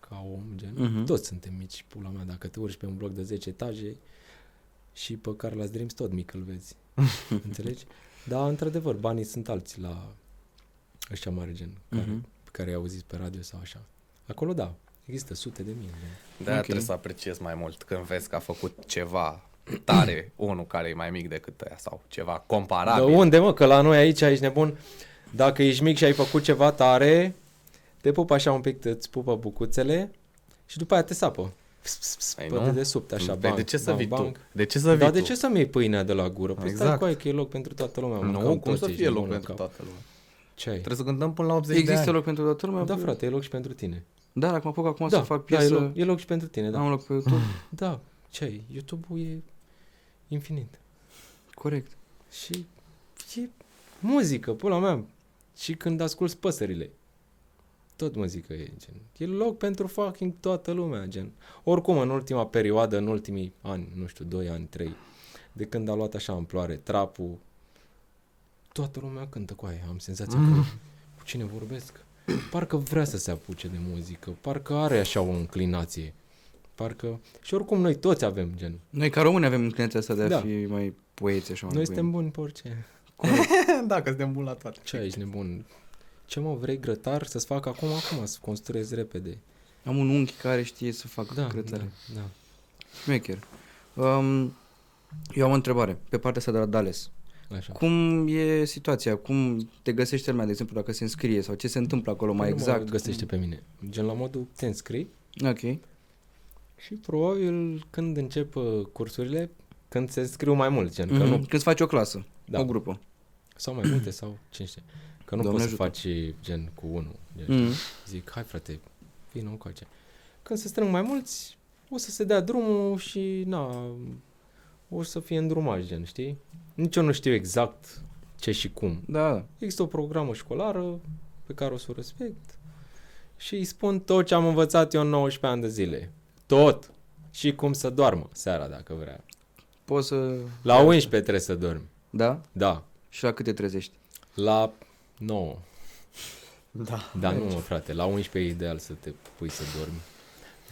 ca om, gen,
Mhm.
uh-huh. toți suntem mici, pula mea, dacă te urci pe un bloc de 10 etaje și pe care la Dreams tot mic îl vezi, înțelegi? Dar, într-adevăr, banii sunt alții la ăștia mari, gen, care,
Mhm.
pe care i-au auzit pe radio sau așa. Acolo, da, există sute de mii. gen.
De aia
Ok.
trebuie să apreciezi mai mult când vezi că a făcut ceva tare, unul care e mai mic decât ăia sau ceva
De
comparabil.
unde, mă? Că la noi aici ești nebun. Dacă ești mic și ai făcut ceva tare, te pupă așa un pic, îți pupă bucuțele și după aia te sapă. Pss, pss, pss,
Păi
Pe
nu?
dedesubt, așa,
Păi
bang,
de ce să
bang,
vii tu?
bang.
De ce să vii
Dar
tu?
de ce să-mi iei pâinea de la gură? Păi stai
Exact.
cu aia că e loc pentru toată lumea.
Nu,
mâncăm
cum să
toți,
fie
ești
loc
nebun în
pentru
cap.
toată lumea?
Ce ai?
Trebuie să cântăm până la 80 de
Există
ani.
loc pentru toată lumea?
Da, frate, e loc și pentru tine.
Da, dacă mă apuc acum
da,
să fac
da, e,
piesă,
loc, e loc și pentru tine, da.
am loc pe YouTube.
Da, ce ai? YouTube-ul e infinit.
Corect.
Și e muzică, pula mea. Și când asculți păsările, tot muzică e, gen. E loc pentru fucking toată lumea, gen. Oricum, în ultima perioadă, în ultimii ani, nu știu, 2 ani, 3, de când a luat așa amploare trapul, toată lumea cântă cu aia. Am senzația că cu cine vorbesc? Parcă vrea să se apuce de muzică, parcă are așa o înclinație. Parcă... Și oricum noi toți avem gen.
Noi ca români avem inclinația asta de a
Da.
fi mai poeți așa. mai
Noi
poemi.
suntem buni pe orice.
da, că suntem buni la toate.
Ce ești nebun? Ce mă vrei grătar să-ți fac acum, acum, să construiesc repede.
Am un unchi care știe să facă
Da,
grătare.
da, da.
Șmecher. Um, eu am o întrebare, pe partea asta de la Dales.
Așa.
Cum e situația? Cum te găsește lumea, de exemplu, dacă se înscrie sau ce se întâmplă acolo mai
Păi Nu mă
exact?
găsește pe mine. Gen la modul te înscrii
Ok.
și probabil când încep uh, cursurile, când se înscriu mai mult, gen, că
Mhm.
nu,
Când îți faci o clasă,
Da.
o grupă.
sau mai multe, sau cine știe, că nu
Doamne
poți
ajută.
să faci gen cu unul. Gen,
Mm.
Zic, hai frate, vină încoace. Când se strâng mai mulți, o să se dea drumul și na, o să fie îndrumați, gen, știi? Nici eu nu știu exact ce și cum.
Da, da.
Există o programă școlară pe care o să o respect și îi spun tot ce am învățat eu în 19 ani de zile. Tot! Și cum să doarmă seara dacă vrea.
Poți să...
La 11 trebuie să dormi.
Da?
Da.
Și la cât te trezești?
La 9.
Da.
Dar nu, mă, frate, la 11 e ideal să te pui să dormi.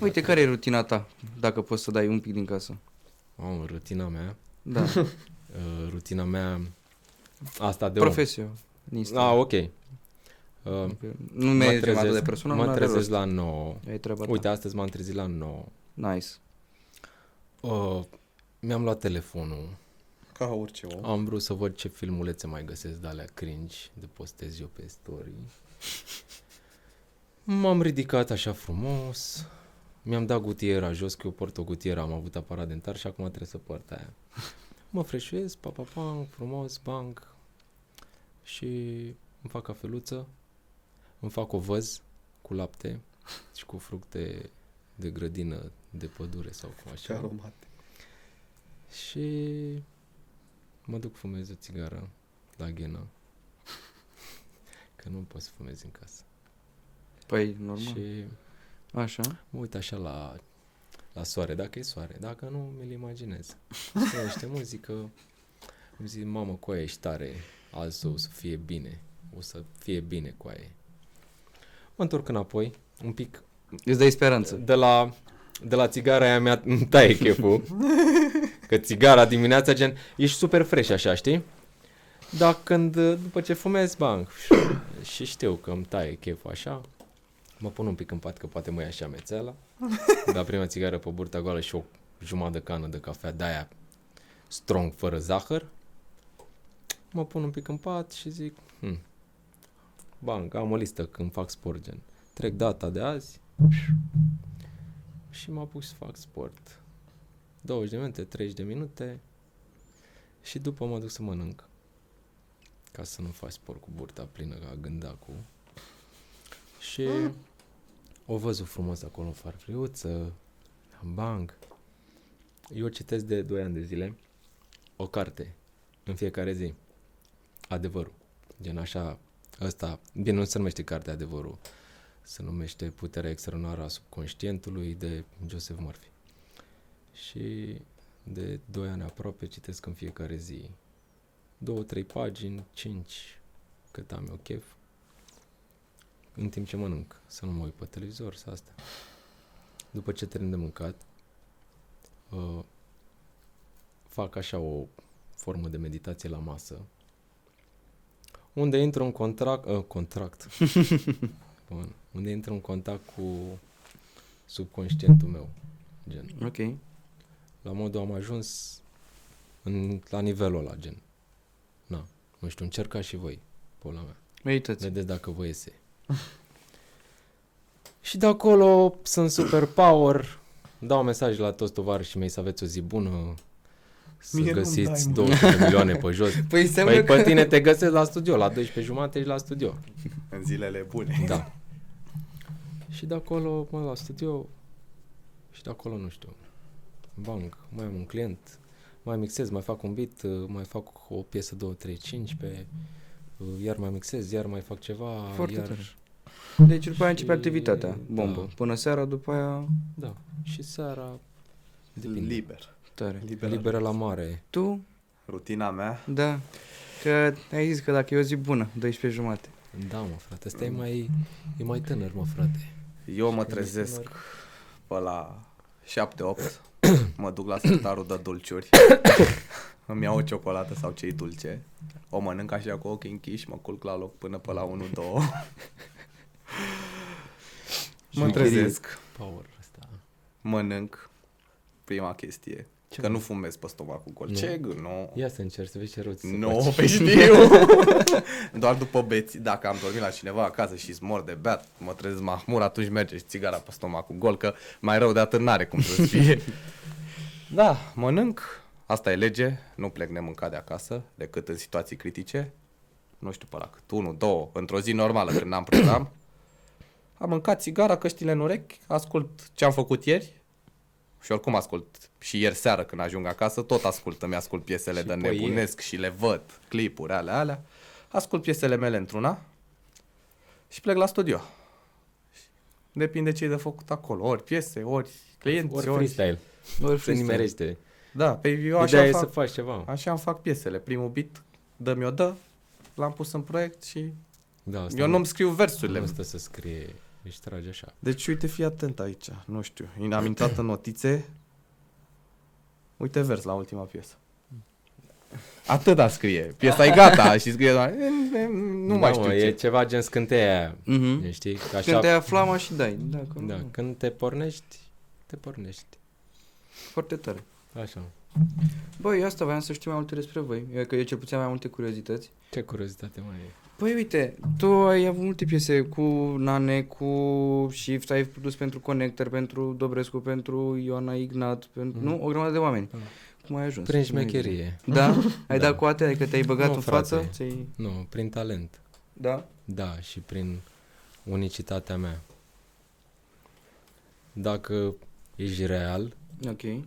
Uite, care e rutina ta, dacă poți să dai un pic din casă?
Mamă, rutina mea.
Da,
Uh, rutina mea asta de
profesionist.
om. Ah, ok. Uh,
Nu
mă
mergem
trezesc-
atât de personal,
Mă
dar are
trezesc
rost. da.
la 9.
E treaba ta.
Uite, astăzi m-am trezit la 9.
Nice.
Uh, mi-am luat telefonul.
Ca orice om.
Am vrut să văd ce filmulețe mai găsesc de alea cringe, de postez eu pe story. M-am ridicat așa frumos, mi-am dat gutiera jos, că eu port o gutieră, am avut aparat dentar și acum trebuie să port aia. Mă freșuiesc, pa, pa, pa, frumos, banc și îmi fac cafeluță, îmi fac o văz cu lapte și cu fructe de grădină, de pădure sau cum așa.
aromate.
Și mă duc fumez o țigară la ghenă. Că nu pot să fumez în casă.
Păi, normal.
Și
Așa.
mă uit așa la, la soare, dacă e soare. Dacă nu, mi-l imaginez. Este muzică. Îmi zic, mamă, cu aia ești tare. Azi o să fie bine. O să fie bine cu aia. Mă întorc înapoi, un pic
Îți dai speranță.
de la, de la țigara aia mea îmi taie cheful. că țigara dimineața, gen, ești super fresh așa, știi? Dar când, după ce fumez, bang, și știu că îmi taie cheful așa, mă pun un pic în pat că poate mă ia și amețeala. Dar prima țigară pe burta goală și o jumătate de cană de cafea de-aia strong, fără zahăr. Mă pun un pic în pat și zic, hm, bang, am o listă când fac sport, gen. Trec data de azi, și mă apuc să fac sport. 20 de minute, 30 de minute și după mă duc să mănânc. Ca să nu faci sport cu burta plină ca gândacul. Și o văzut frumos acolo în farfriuță, în banc. Eu citesc de 2 ani de zile o carte în fiecare zi. Adevărul. Gen așa, ăsta, bine, nu se numește cartea adevărul se numește Puterea extraordinară a subconștientului de Joseph Murphy. Și de 2 ani aproape citesc în fiecare zi. două, trei pagini, cinci, cât am eu chef, în timp ce mănânc, să nu mă uit pe televizor, să asta. După ce termin de mâncat, uh, fac așa o formă de meditație la masă, unde intru în contract, uh, contract, Bun. unde intru în contact cu subconștientul meu, gen
Ok.
la modul am ajuns în, la nivelul ăla, gen. Na, nu știu, încercați și voi, pula mea.
Meditați.
Vedeți dacă vă iese. și de acolo sunt super power, dau mesaj la toți tovarășii mei să aveți o zi bună, să
Mie
Mie
nu-mi dai,
găsiți
mă.
200 de milioane pe jos.
Păi înseamnă
Păi
că...
pe tine te găsesc la studio, la 12 jumate ești la studio.
În zilele bune.
Da. Și de acolo, mă, la studio, și de acolo, nu știu, banc, mai am un client, mai mixez, mai fac un beat, uh, mai fac o piesă 2, 3, 15, uh, iar mai mixez, iar mai fac ceva,
Foarte
iar...
tare. Deci după aia începe
Și-
activitatea, bombă.
Păi- da.
Până seara, după aia,
Da. Și seara, depinde.
Liber.
tare.
Liber.
Liberă la mare.
Tu?
Rutina mea
Da. Că ai zis că dacă e o zi bună, 12 jumate.
Da, mă, frate, ăsta e mai, e mai tânăr, mă, frate.
Eu mă
Când ești
trezesc pe la 7-8, mă duc la sertarul de dulciuri, îmi iau o ciocolată sau cei dulce, o mănânc așa cu ochii închiși, mă culc la loc până pe la 1-2. mă
Mă
trezesc,
Power ăsta.
mănânc, prima chestie,
Ce
că nu
mă-
fumez pe stomacul gol.
Nu.
Ce gând, nu.
Ia să încerci să vezi ce roți se
Nu,
face.
pe știu. Doar după beți, dacă am dormit la cineva acasă și mor de beat, mă trezesc mahmur, atunci merge și țigara pe stomacul gol, că mai rău de atât n-are cum să fie. da, mănânc, asta e lege, nu plec nemâncat de acasă, decât în situații critice. Nu știu pe la cât, unu, două, într-o zi normală când n-am program. Am mâncat țigara, căștile în urechi, ascult ce am făcut ieri, și oricum ascult și ieri seară când ajung acasă, tot ascult, îmi ascult piesele
Și
de
pe
nebunesc și le văd, clipuri, alea, alea. Ascult piesele mele într-una și plec la studio. Depinde ce e de făcut acolo, ori piese, ori clienți,
Ori
ori...
freestyle.
Ori
Se nimerește.
Da, pe eu așa
Ideea e
fac,
să faci ceva.
așa îmi fac piesele. Primul beat, dă-mi-o dă, l-am pus în proiect și
Da, asta
eu
nu-
nu-mi scriu versurile.
Nu stă să scrie, își trage așa.
Deci uite, fii atent aici, nu știu, am intrat în notițe, uite vers la ultima piesă. Atâta scrie, piesa e gata și scrie doar, "E, e, nu
da,
mai știu
mă, E
ce. Hmm?
ceva gen scânteia aia,
Mhm.
știi? Că
Când te
Deci, Așa,
aflama și dai. Da, că
da,
da.
când te pornești, te pornești.
Foarte tare.
Așa.
Băi, eu asta voiam să știu mai multe despre voi. Eu, că eu cel puțin am mai multe curiozități.
Ce curiozitate mai e.
Deci
Păi uite, tu ai avut multe piese cu Nane, cu Shift, ai produs pentru Connector, pentru Dobrescu, pentru Ioana Ignat, pentru,
Mhm.
nu? O grămadă de oameni.
Da.
Cum ai ajuns?
Prin
Cum ai ajuns?
șmecherie.
Da? Ai
Da.
dat cu atea, adică te-ai băgat
Nu,
în
frate.
față? Ți-ai...
Nu, prin talent.
Da?
Da, și prin unicitatea mea. Dacă ești real,
Ok.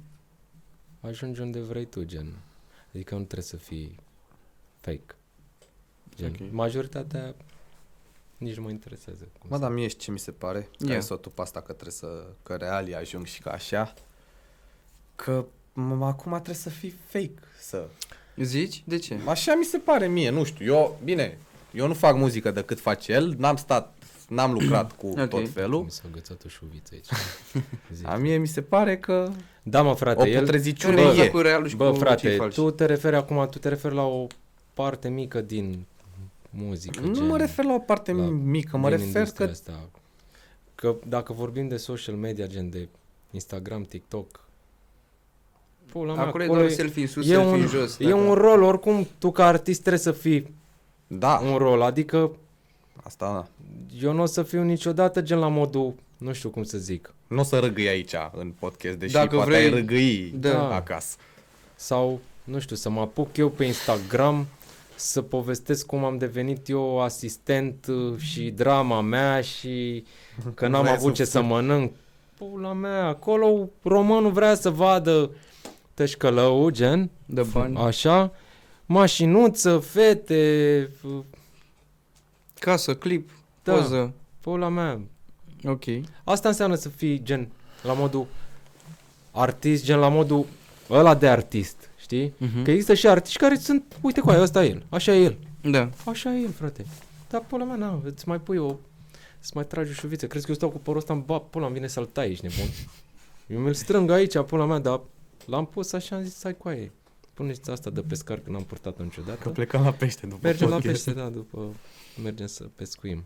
ajungi unde vrei tu, gen. Adică nu trebuie să fii fake. Gen,
Ok.
majoritatea nici nu mă interesează. Cum
Mă,
să-
dar mie știi ce mi se pare, că
Ia.
yeah. sotul pe asta că trebuie să, că realii ajung și că așa, că m- acum trebuie să fii fake, să
Zici? De ce?
Așa mi se pare mie, nu știu. Eu, bine, eu nu fac muzică decât face el, n-am stat, n-am lucrat cu
Ok.
okay. tot felul.
Mi s-a agățat o șuviță aici. Zici.
A mie mi se pare că
Da, mă,
o
Deci frate, el...
Care
putreziciune
e
e.
cu realul și
Bă,
cu cei
frate,
falși?
tu te referi acum, tu te referi la o parte mică din muzică.
Nu
gen,
mă refer la o parte
la-
mică, mă
din
refer
industria
că...
Asta. Că dacă vorbim de social media, gen de Instagram, TikTok, pula mea,
Acolo e doar
e-
selfie în sus,
e
selfie
un,
în jos.
e un rol, oricum, tu ca artist trebuie să fii
Da,
un rol, adică
asta da.
eu nu o să fiu niciodată gen la modul, nu știu cum să zic,
Nu o să râgâi aici în podcast, deși
Dacă
Dacă poate
vrei-
vrei... ai râgâi
Da.
da. acasă.
sau, nu știu, să mă apuc eu pe Instagram să povestesc cum am devenit eu asistent uh, și drama mea și că n-am
Vrei
avut
să
ce să mănânc. Pula mea, acolo românul vrea să vadă tășcălău, gen,
De bani.
așa, mașinuță, fete, uh,
Casă, clip,
Da.
poză.
pula mea.
Ok.
Asta înseamnă să fii gen, la modul artist, gen la modul ăla de artist, știi?
Mhm.
Uh-huh. Că există și artiști care sunt, uite cu aia, ăsta e el, așa e el,
Da.
așa e el, frate. Dar pula mea, na, îți mai pui o, îți mai tragi o șuviță. Crezi că eu stau cu părul ăsta în bap, pula, îmi vine să-l tai, ești nebun. Eu mi-l strâng aici, pula mea, dar l-am pus așa, am zis, hai cu aia. Puneți asta de pescar, că n-am purtat-o niciodată.
Că plecăm la pește după
Mergem la
podcast.
pește, da, după mergem să pescuim.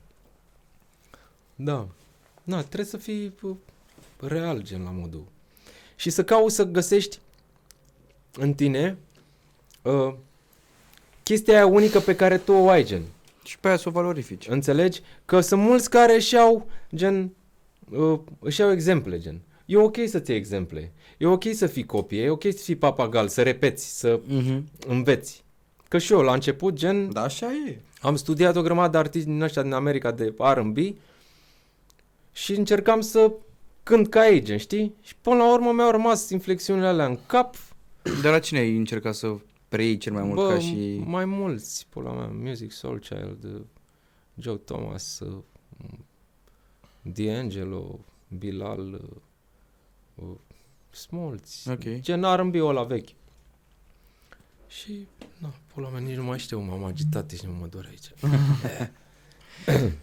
Da. Na, trebuie să fii pă, real, gen, la modul. Și să cauți să găsești în tine uh, chestia aia unică pe care tu o ai, gen.
Și pe aia să o valorifici.
Deci, Înțelegi? Că sunt mulți care își iau, gen, uh, își iau exemple, gen. E ok să-ți iei exemple. E ok să fii copie, e ok să fii papagal, să repeți, să
Mhm.
înveți. Că și eu la început, gen,
Da, așa e.
am studiat o grămadă de artiști din ăștia din America de R&B și încercam să cânt ca ei, gen, știi? Și până la urmă mi-au rămas inflexiunile alea în cap.
De la cine ai încercat să preiei cel mai mult
Bă,
ca și...
mai mulți, pula mea, Music Soul Child, uh, Joe Thomas, uh, D'Angelo, Bilal, uh, uh, Smoltz,
Ok.
gen R&B ăla vechi. Și, na, pula mea, nici nu mai știu, m-am agitat, și nu mă dor aici.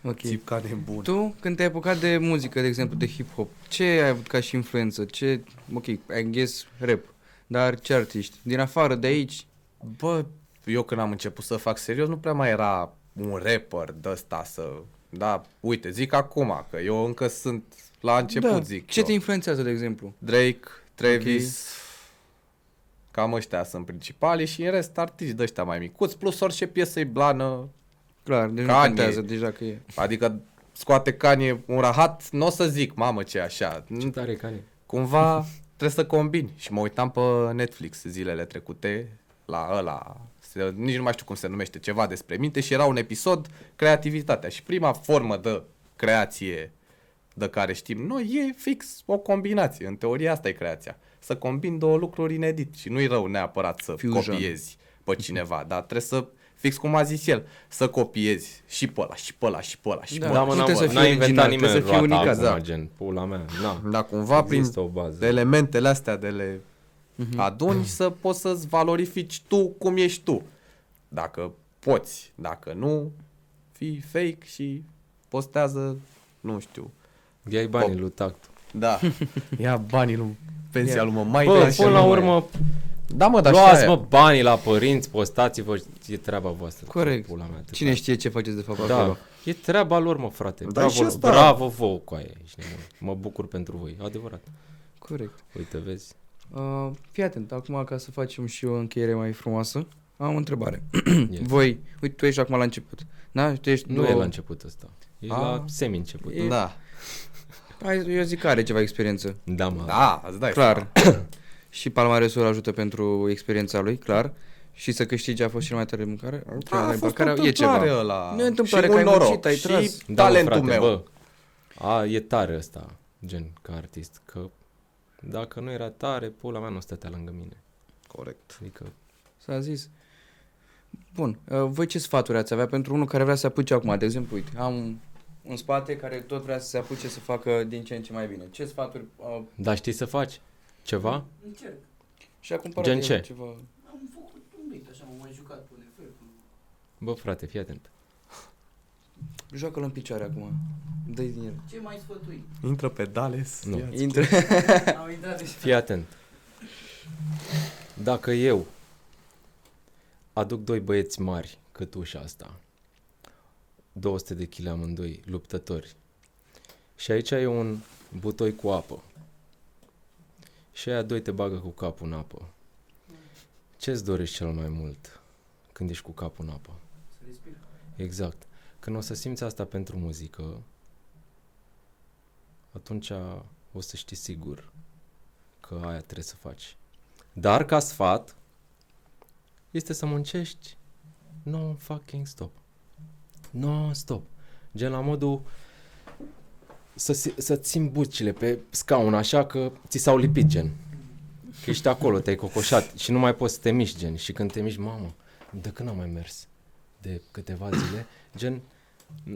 Ok.
Țip ca nebun.
Tu, când te-ai apucat de muzică, de exemplu, de hip-hop, ce ai avut ca și influență? Ce, ok, I guess rap, dar ce artiști? Din afară, de aici?
Bă, eu când am început să fac serios, nu prea mai era un rapper de ăsta să... Da, uite, zic acum, că eu încă sunt la început,
da.
zic
Ce
eu.
te influențează, de exemplu?
Drake, Travis, cam ăștia sunt principalii și în rest artiști de ăștia mai micuți, plus orice piesă e blană,
Clar, deci nu
Kanye.
contează deja că e.
adică scoate Kanye un rahat, nu o să zic, mamă ce e așa,
Ce tare, Cani.
cumva trebuie să combini și mă uitam pe Netflix zilele trecute la ăla, se, nici nu mai știu cum se numește, ceva despre minte și era un episod creativitatea și prima formă de creație de care știm noi e fix o combinație, în teorie asta e creația, să combini două lucruri inedit și nu-i rău neapărat să
Fusion.
copiezi pe cineva, dar trebuie să fix cum a zis el, să copiezi și pe ăla, și pe ăla, și pe ăla, și
Da,
pe ăla.
da
mă,
mă,
nu
n-a,
trebuie să
mă,
fii
n-a inventat
original, trebuie
nimeni
să fii
roata
unicat,
acum,
da.
gen, pula mea, na.
Dar Da, cumva prin
Există o bază.
de elementele astea de le aduni să poți să-ți valorifici tu cum ești tu. Dacă poți, dacă nu, fii fake și postează, nu știu.
Ia-i banii lui Tactu.
Da. Ia banii lui pensia lui mă, mai
Bă,
dea și
până la
nu mai-
urmă,
Da, mă, dar
luați,
așa e.
mă, banii la părinți, postați-vă, e treaba voastră.
Corect.
Pula mea, atâta.
Cine știe ce faceți de fapt acolo?
Da, e treaba lor, mă, frate.
Da,
Bravo,
și asta-
bravo vouă cu aia, ești nebun. Mă bucur pentru voi, adevărat.
Corect.
Uite, vezi.
Uh, fii atent, acum ca să facem și o încheiere mai frumoasă, am o întrebare.
Yes.
Voi, uite, tu ești acum la început, da? Tu ești
Nu
două-
e la început ăsta. E
Ah.
la semi-început.
Da,
Hai, eu zic că are ceva experiență.
Da, mă.
da, îți dai
Clar. și palmaresul ajută pentru experiența lui, clar. Și să câștige a fost cel mai tare mâncare.
Da, a fost o
e
întâmplare
ceva.
ăla.
Nu e întâmplare
și
că
un
ai muncit,
noroc
ai
și
tras.
Da, mă,
talentul
frate,
meu.
Bă, a, e tare ăsta, gen, ca artist, că dacă nu era tare, pula mea nu stătea lângă mine.
Corect.
Adică,
S-a zis. Bun, uh, voi ce sfaturi ați avea pentru unul care vrea să se apuce acum? De exemplu, uite, am un spate care tot vrea să se apuce să facă din ce în ce mai bine. Ce sfaturi uh,
dar știi să faci ceva?
și-a cumpărat
Gen
el
ce?
ceva?
Am făcut un mic, așa, m-am mai jucat pe NFL cu...
Bă, frate, fii atent.
Joacă-l în picioare acum. Dă-i din el.
Ce mai sfătui?
Intră pe Dales.
Nu.
ia-ți
Intră.
Am intrat deja.
Fii atent. Dacă eu aduc doi băieți mari cât ușa asta, 200 de kg amândoi, luptători, și aici e un butoi cu apă, și aia doi te bagă cu capul în apă, ce-ți dorești cel mai mult când ești cu capul în apă?
Să respir.
Exact. Când o să simți asta pentru muzică, atunci o să știi sigur că aia trebuie să faci. Dar ca sfat, este să muncești non fucking stop. Non stop. Gen la modul să, si- să țin bucile pe scaun așa că ți s-au lipit gen. Că ești acolo, te-ai cocoșat și nu mai poți să te miști gen. Și când te miști, mamă, de când am mai mers? de câteva zile, gen,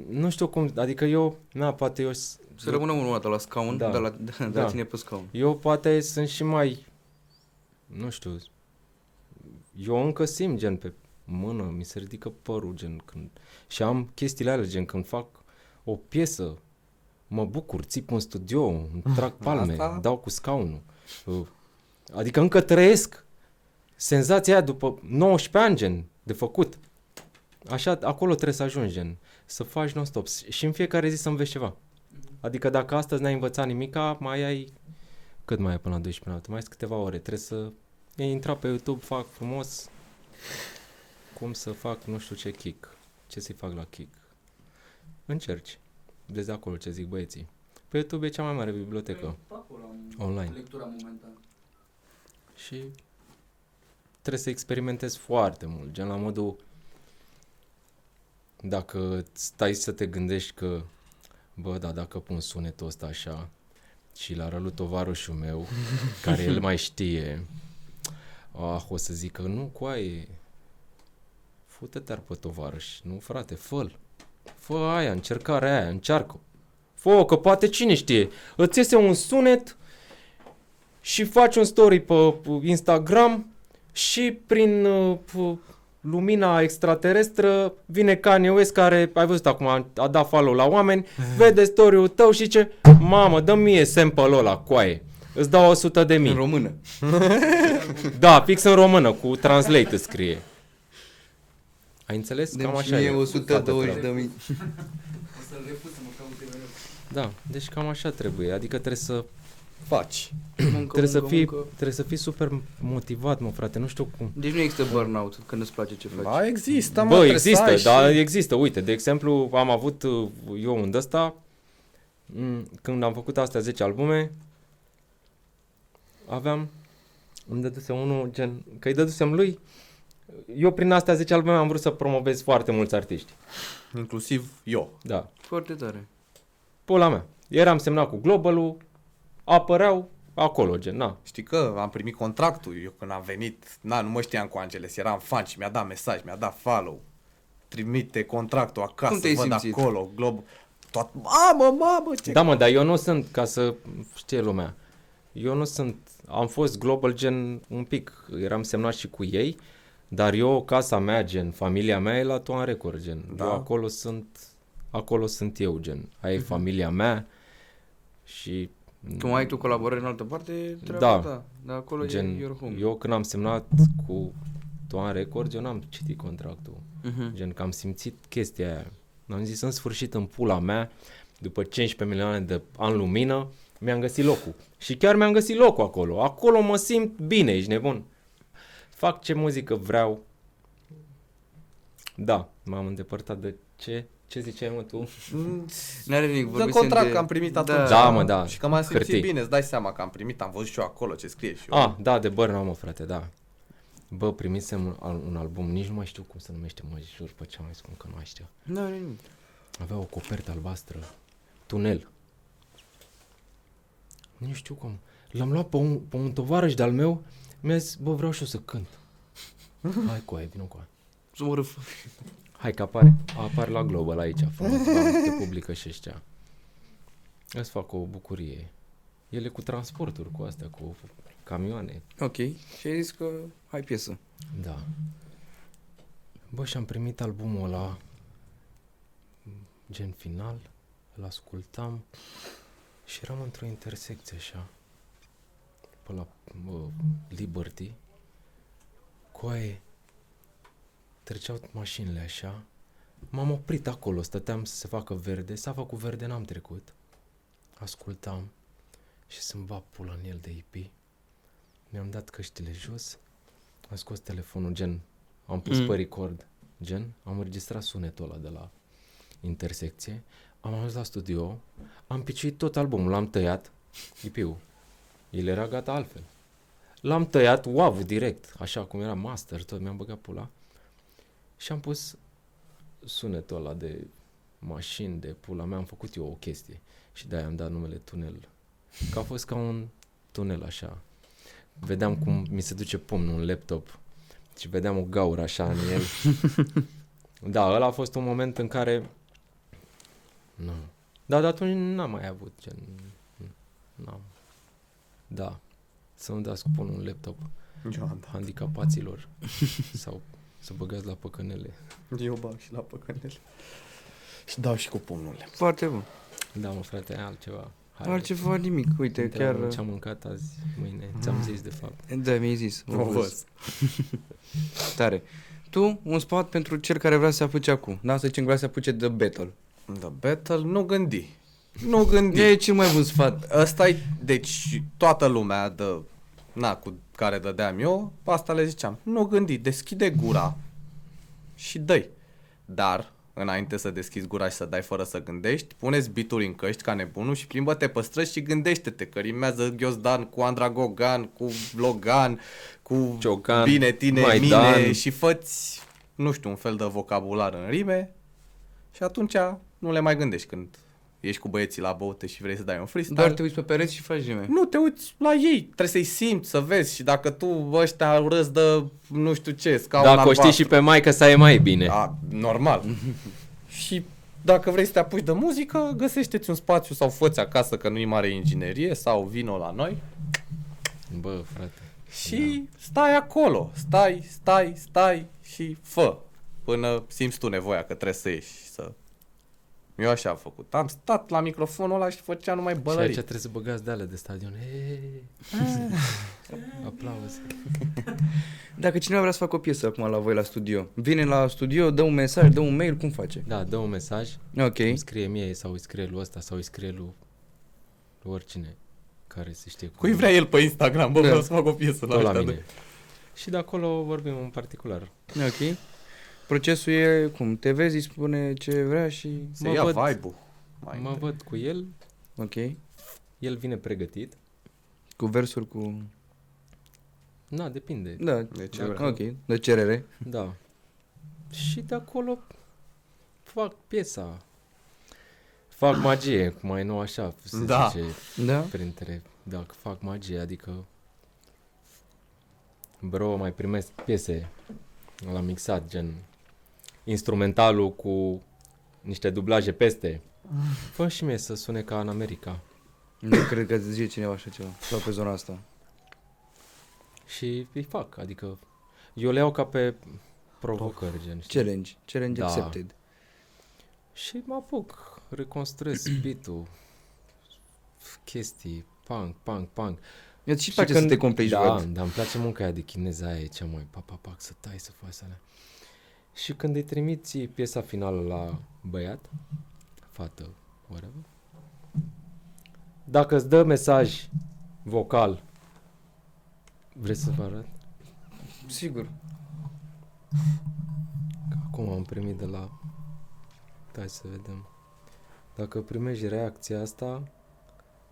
nu știu cum, adică eu, na, poate eu, s-
Să rămână unul la scaun, da.
Da.
de la, de, de la
Da.
tine pe scaun.
eu poate sunt și mai nu știu, eu încă simt gen pe mână, mi se ridică părul gen când... Și am chestiile alea gen când fac o piesă, mă bucur, țip în studio, îmi trag palme,
Asta-
dau cu scaunul. Uh, Adică încă trăiesc senzația aia după 19 ani gen de făcut. Așa, acolo trebuie să ajungi gen, să faci non-stop și în fiecare zi să înveți ceva. Adică dacă astăzi n-ai învățat nimica, mai ai cât mai ai până la 12 noapte, mai ai câteva ore, trebuie să ei intra pe YouTube, fac frumos cum să fac nu știu ce kick, ce să-i fac la kick. Încerci. Deci de acolo ce zic băieții. Pe YouTube e cea mai mare bibliotecă
Pe acolo am
online
lectura momentan.
și trebuie să experimentezi foarte mult, gen la modul dacă stai să te gândești că bă, da, dacă pun sunetul ăsta așa și la rălu tovarășul meu, care el mai știe, ah, o să zică, nu, coaie, fută-te-ar pe tovarăș, nu, frate, fă fă aia, încercarea aia, încearcă, fă că poate cine știe, îți iese un sunet și faci un story pe Instagram și prin uh, p- lumina extraterestră vine Kanye West care, ai văzut acum, a- a dat follow la oameni, vede story-ul tău și zice, mamă, dă mie sample-ul ăla, coaie, îți dau 100 de
În
mii.
română.
Da, fix în română, cu translate îți scrie. Ai înțeles?
Dăm
Cam
și
așa
mie
e.
120 de mii.
O să-l repus să mă caute mereu.
Da, deci cam așa trebuie. Adică trebuie să
Faci.
Muncă,
trebuie să
muncă,
fii
muncă.
trebuie să fii super motivat, mă frate, nu știu cum.
Deci nu există burnout când îți place ce faci.
Da, există, mă,
Bă,
trebuie să
există,
ai
și...
și-
dar există. Uite, de exemplu, am avut uh, eu un ăsta când am făcut astea 10 albume aveam îmi dăduse unul gen că îi dădusem lui eu prin astea 10 albume am vrut să promovez foarte mulți artiști.
Inclusiv eu.
Da.
Foarte tare.
Pula mea. Eram semnat cu Global-ul, apăreau acolo, gen, na,
Știi că am primit contractul, eu când am venit, na, nu mă știam cu Angeles, eram fan și mi-a dat mesaj, mi-a dat follow. Trimite contractul acasă,
Cum te-ai
văd
simțit?
acolo, glob. Tot, mamă, mamă, ce...
Da, mă, dar eu nu sunt, ca să știe lumea, eu nu sunt, am fost global gen un pic, eram semnat și cu ei, dar eu, casa mea, gen, familia mea e la Toan Record, gen, da.
Da.
eu acolo sunt, acolo sunt eu, gen, aia e familia mea și...
Cum ai tu colaborări în altă parte, e treaba
Da.
ta. Dar acolo e your home.
eu când am semnat cu Toan Record, eu n-am citit contractul.
Mhm.
Gen că am simțit chestia aia. Am zis în sfârșit în pula mea, după 15 milioane de ani lumină, mi-am găsit locul. Și chiar mi-am găsit locul acolo. Acolo mă simt bine, ești nebun. Fac ce muzică vreau. Da, m-am îndepărtat de ce? Ce ziceai mă tu?
Mm,
N-are nimic,
Dă
vorbim
contract că am primit atunci.
Da, mă, da.
Și că m-am simțit
Hârtii.
bine, îți dai seama că am primit, am văzut și eu acolo ce scrie și eu.
Ah, da, de burnout, mă, frate, da. Bă, primisem un, al- un album, nici nu mai știu cum se numește, mă jur pe ce am mai spun că nu mai știu.
N-are nimic.
Avea o copertă albastră. Tunel. Nu știu cum. L-am luat pe un, pe un tovarăș de-al meu. Mi-a zis, bă, vreau și eu să cânt. Hai cu aia, vină cu aia.
Să mă răf.
Hai că apare. Apar la Global aici, frumos. bam, Te publică și ăștia. Îți fac o bucurie. Ele cu transporturi, cu astea, cu camioane.
Ok. Și ai zis că hai piesă.
Da. Bă, și-am primit albumul ăla gen final, îl ascultam și eram într-o intersecție așa, pe la bă, Liberty, coaie, treceau mașinile așa, m-am oprit acolo, stăteam să se facă verde, s-a făcut verde, n-am trecut, ascultam și să-mi bag pula în el de IP, mi-am dat căștile jos, am scos telefonul, gen, am pus
Mm.
mm. pe record, gen, am înregistrat sunetul ăla de la intersecție, am ajuns la studio, am piciuit tot albumul, l-am tăiat, EP-ul, el era gata altfel. L-am tăiat wow direct, așa cum era master, tot mi-am băgat pula și am pus sunetul ăla de mașini, de pula mea, am făcut eu o chestie și de-aia am dat numele tunel. Că a fost ca un tunel așa. Vedeam cum mi se duce pumnul în laptop și vedeam o gaură așa în el. da, ăla a fost un moment în care... Nu. Da, dar atunci n-am mai avut gen... N-am. Da. Să nu dați cu pumnul în laptop.
Eu, da.
handicapaților sau să băgați la păcănele.
Eu bag și la păcănele. Și dau și cu pumnurile.
Foarte bun.
Da, mă frate, altceva.
Altceva nimic. Uite,
Chiar...
chiar...
Ce am mâncat azi, mâine. Ți-am zis, de fapt.
Da, mi-ai zis.
O
văz.
văz.
Tare. Tu, un sfat pentru cel care vrea să se apuce acum. Da, să zicem vrea să se apuce de battle.
The battle, nu gândi. Nu gândi.
E cel mai bun sfat.
Asta e, deci, toată lumea de, na, cu care dădeam eu, asta le ziceam. Nu gândi, deschide gura și dă Dar, înainte să deschizi gura și să dai fără să gândești, puneți bituri în căști ca nebunul și plimbă-te pe străzi și gândește-te că rimează Ghiozdan cu Andra Gogan, cu Logan, cu
Ciocan,
Bine Tine
Maidan.
Mine și făți, nu știu, un fel de vocabular în rime și atunci nu le mai gândești când ești cu băieții la băută și vrei să dai un
Da.
freestyle.
Doar te uiți pe pereți și faci rime.
Nu, te uiți la ei, trebuie să-i simți, să vezi și dacă tu ăștia urăți de nu știu ce, scaun
Dacă Da, o
albastru.
știi și pe maică sa e mai bine.
Da.
A, normal. și dacă vrei să te apuci de muzică, găsește-ți un spațiu sau fă acasă că nu-i mare inginerie sau vino la noi
Bă, frate.
și stai acolo, stai, stai, stai și fă până simți tu nevoia că trebuie să ieși și să... Eu așa am făcut. Am stat la microfonul ăla și făcea numai
Și aici
bălării.
trebuie să băgați de alea de stadion. Hei! Aplauze.
Dacă cineva vrea să facă o piesă acum la voi la studio, vine la studio, dă un mesaj, dă un mail, cum face?
Da, dă un mesaj.
Ok.
Îmi scrie mie sau îi scrie lui ăsta sau îi scrie lui oricine care se știe.
Cui vrea el pe Instagram, bă,
Da.
vreau să fac o piesă la,
la, la
ăștia
mine. Și de acolo vorbim în particular.
Ok. Procesul e cum? Te vezi, îi spune ce vrea și...
Se
Mă
ia
văd-
vibe-ul. Mai
mă
între-
văd cu el,
Ok.
el vine pregătit.
Cu versuri, cu...
Na, depinde.
Da.
De ce
Dacă-
vrea?
Ok. De cerere.
Da. Și de acolo fac piesa. Fac magie, cum mai nou așa se
Da.
zice
Da?
printre, dacă fac magie, adică bro, mai primesc piese la mixat, gen instrumentalul cu niște dublaje peste. Fă și mie să sune ca în America.
Nu cred că îți zice cineva așa ceva. Sau pe zona asta.
Și îi fac, adică eu le iau ca pe provocări, gen, știi?
Challenge. Challenge
Da.
accepted.
Și mă apuc, reconstruiesc beat-ul, chestii, punk, punk, punk.
Îți și place să te complici,
da,
văd.
dar îmi place munca aia de chineza aia, e cea mai pa, pa, pa, să tai, să faci să alea. Și când îi trimiți piesa finală la băiat, fată, whatever, dacă îți dă mesaj vocal, vreți să vă arăt?
Sigur.
Că Acum am primit de la... Hai să vedem. Dacă primești reacția asta,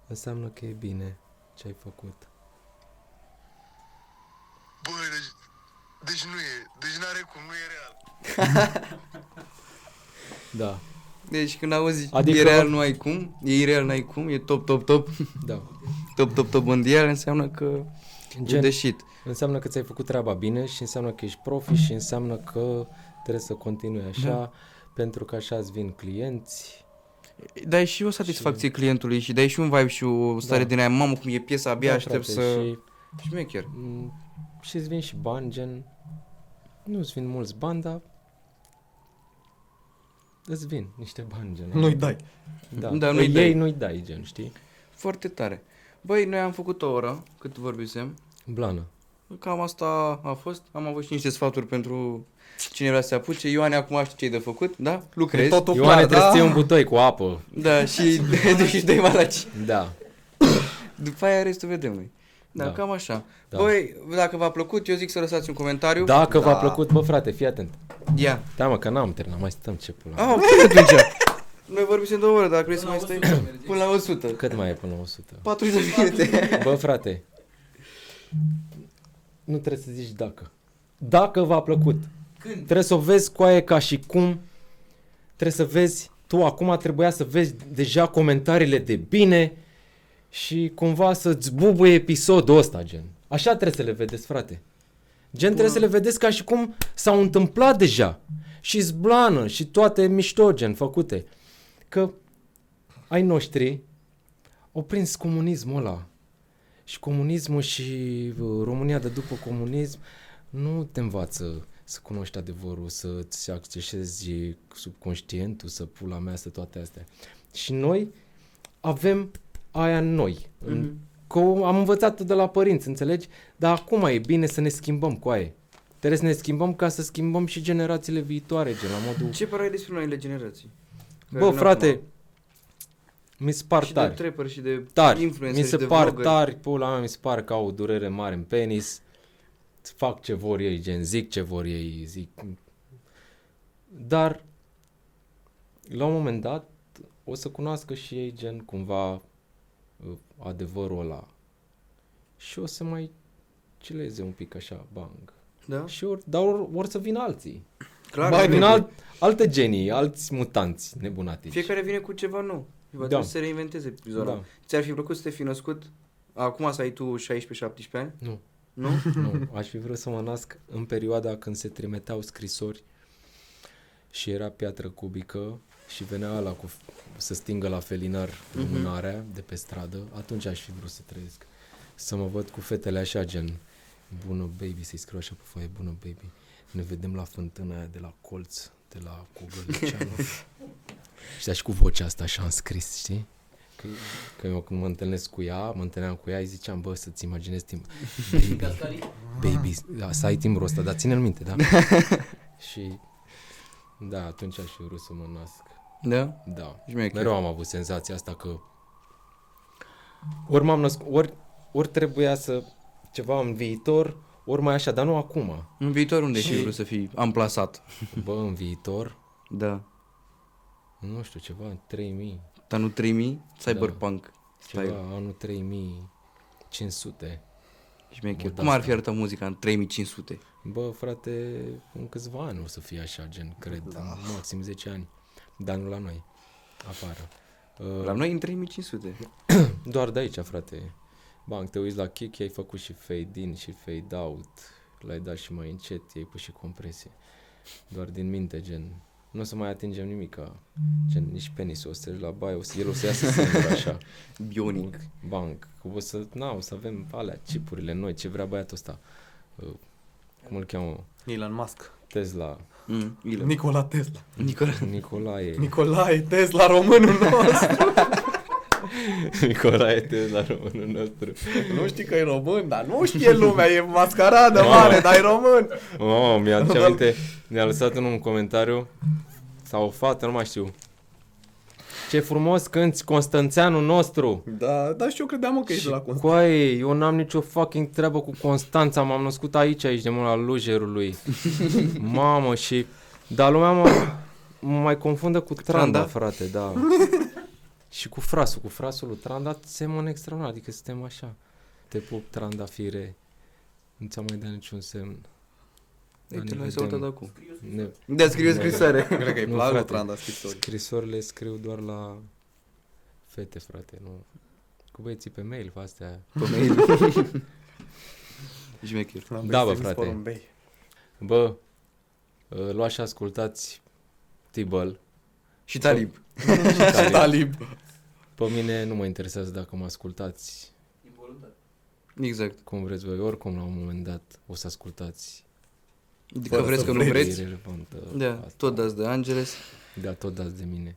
înseamnă că e bine ce ai făcut.
Bă, deci, deci nu e, deci n-are cum, nu e real.
Da,
Deci când auzi
Adică-
adică... e real, nu ai cum, e ireal, n-ai cum, e top, top, top,
da.
top, top, top mondial, înseamnă că e
Gen,
de shit.
Înseamnă că ți-ai făcut treaba bine și înseamnă că ești profi și înseamnă că trebuie să continui așa, da. pentru că așa îți vin clienți.
Dai și o satisfacție și... clientului și dai și un vibe și o stare
Da.
da. din aia, mamă cum e piesa, abia da, aștept
frate,
frate, să...
Și,
Și... Șmecher.
m, și îți vin și bani, gen... Nu îți vin mulți bani, dar... Îți vin niște bani, gen.
Nu-i dai.
Da,
Da,
da
nu-i
nu-i
dai.
dai. nu-i dai, gen, știi?
Foarte tare. Băi, noi am făcut o oră, cât vorbisem.
Blană.
Cam asta a fost. Am avut și niște sfaturi pentru cine vrea să se apuce. Ioane acum știu ce e de făcut, da?
E
Lucrezi.
totul
Ioane,
clar,
trebuie
da?
să ții un butoi cu apă.
Da, și duci de malaci.
Da.
După aia restul vedem noi. Da,
Da.
da, cam așa.
Da.
Da. Băi, dacă v-a plăcut, eu zic să lăsați un comentariu.
Dacă v-a
Da.
plăcut, bă, frate, fii atent.
Ia.
Da, mă, că n-am terminat, mai stăm ce pula.
Ah, ok, atunci. Noi vorbim două ore, dacă vrei să mai stai până la 100.
Cât mai e până la 100?
40 de minute.
Bă, frate, nu trebuie să zici dacă. Dacă v-a plăcut,
Când?
trebuie să o vezi cu aia ca și cum, trebuie să vezi, tu acum trebuia să vezi deja comentariile de bine și cumva să-ți bubuie episodul ăsta, gen. Așa trebuie să le vedeți, frate. Gen, trebuie să le vedeți ca și cum s-au întâmplat deja. Și zblană și toate mișto, gen, făcute. Că ai noștri au prins comunismul ăla. Și comunismul și uh, România de după comunism nu te învață să cunoști adevărul, să-ți accesezi subconștientul, să pula mea, să toate astea. Și noi avem aia în noi. Mm-hmm. Că o- am învățat de la părinți, înțelegi? Dar acum e bine să ne schimbăm cu aia. Trebuie să ne schimbăm ca să schimbăm și generațiile viitoare, gen la modul...
Ce părere ai despre noile generații? Care
Bă,
vin
frate,
acum?
mi se par
Și de
tari.
trapper și de
Tari. Mi
influencer și
se
de
par
vlogger.
tari, pula mea, mi se par că au o durere mare în penis. Fac ce vor ei, gen, zic ce vor ei, zic... Dar, la un moment dat, o să cunoască și ei, gen, cumva, uh, adevărul ăla. Și o să mai cileze un pic așa, bang.
Da?
Și or, dar or, or să vină alții.
Clar,
Mai
că
vin
vine.
alt, alte genii, alți mutanți nebunatici.
Fiecare vine cu ceva nou. Va
Da.
trebui să se reinventeze prizorul.
Da.
Ți-ar fi plăcut să te fi născut acum să ai tu 16-17 ani?
Nu.
Nu?
Nu, aș fi vrut să mă nasc în perioada când se trimiteau scrisori și era piatră cubică și venea ăla cu să stingă la felinar lumânarea de pe stradă, atunci aș fi vrut să trăiesc. Să mă văd cu fetele așa, gen, bună baby, să-i scriu așa pe foaie, bună baby, ne vedem la fântâna aia de la colț, de la Cogălceanu. și da, și cu vocea asta așa am scris, știi? Că, că eu când mă întâlnesc cu ea, mă întâlneam cu ea, îi ziceam, bă, să-ți imaginezi timp. Baby, baby, da, să ai timbrul ăsta, dar ține-l minte, da? și da, atunci aș fi vrut să mă nasc.
Da?
Da.
Șmecher.
Mereu am avut senzația asta că ori m-am născut, ori, ori trebuia să ceva în viitor, ori mai așa, dar nu acum.
În viitor unde și...
Și-
ai vrut să fii amplasat?
Bă, în viitor,
Da.
nu știu, ceva în 3000,
Dar nu 3000? Cyberpunk. Stai.
ceva
Da.
Stai. anul 3500.
Șmecher.
Mod
Cum ar fi arătat muzica în 3500?
Bă, frate, în câțiva ani o să fie așa, gen, cred, da. maxim 10 ani, dar nu la noi, apară. Uh,
La noi în 3500.
Doar de aici, frate. Bang, te uiți la kick, ai făcut și fade-in și fade-out, l-ai dat și mai încet, i-ai pus și compresie. Doar din minte, gen, nu o să mai atingem nimica, gen, nici penisul, o să treci la baie, o să, el o să iasă singur, așa.
Bionic.
Banc. O să, na, o să avem alea, chipurile noi, ce vrea băiatul ăsta. Uh, cum îl cheamă?
Elon Musk.
Tesla.
Mm. Elon.
Nicola Tesla.
Nicola.
Nicolae.
Nicolae Tesla, românul nostru.
Nicolae Tesla, românul nostru.
nu știi că e român, dar nu știe lumea, e mascaradă mare, dar e român.
Oh, mi-a ce aminte, ne-a lăsat unul un comentariu sau o fată, nu mai știu. Ce frumos cânti Constanțeanul nostru.
Da, dar și eu credeam mă, că ești de la Constanța.
Coaie, eu n-am nicio fucking treabă cu Constanța, m-am născut aici, aici de mult la lujerului. Mamă, și... Dar lumea mă, mă mai confundă cu Tranda,
Tranda?
frate, da. și cu frasul, cu frasul lui Tranda, semăn extraordinar, adică suntem așa. Te pup, Tranda, fire. Nu ți-am mai dat niciun semn.
Ei,
Dar
te
ne
l-ai
vedem.
salutat acum.
Ne,
Da, scriu scrisoare.
Cred că e
Nu,
plan lui
frate.
Tranda scrisorii.
Scrisorile scriu doar la fete, frate, nu. Cu băieții pe mail, pe astea.
Șmecher.
Da, bă, frate. Bă, ă, luați și ascultați Tibăl.
Și Talib. Da.
Talib.
Pe mine nu mă interesează dacă mă ascultați
Involuntar.
Exact.
cum vreți voi, oricum la un moment dat o să ascultați.
Că Adică vreți
să
că nu
vreți.
vreți.
E irelevantă
Da,
asta.
tot dați de Angeles.
Da, tot dați de mine.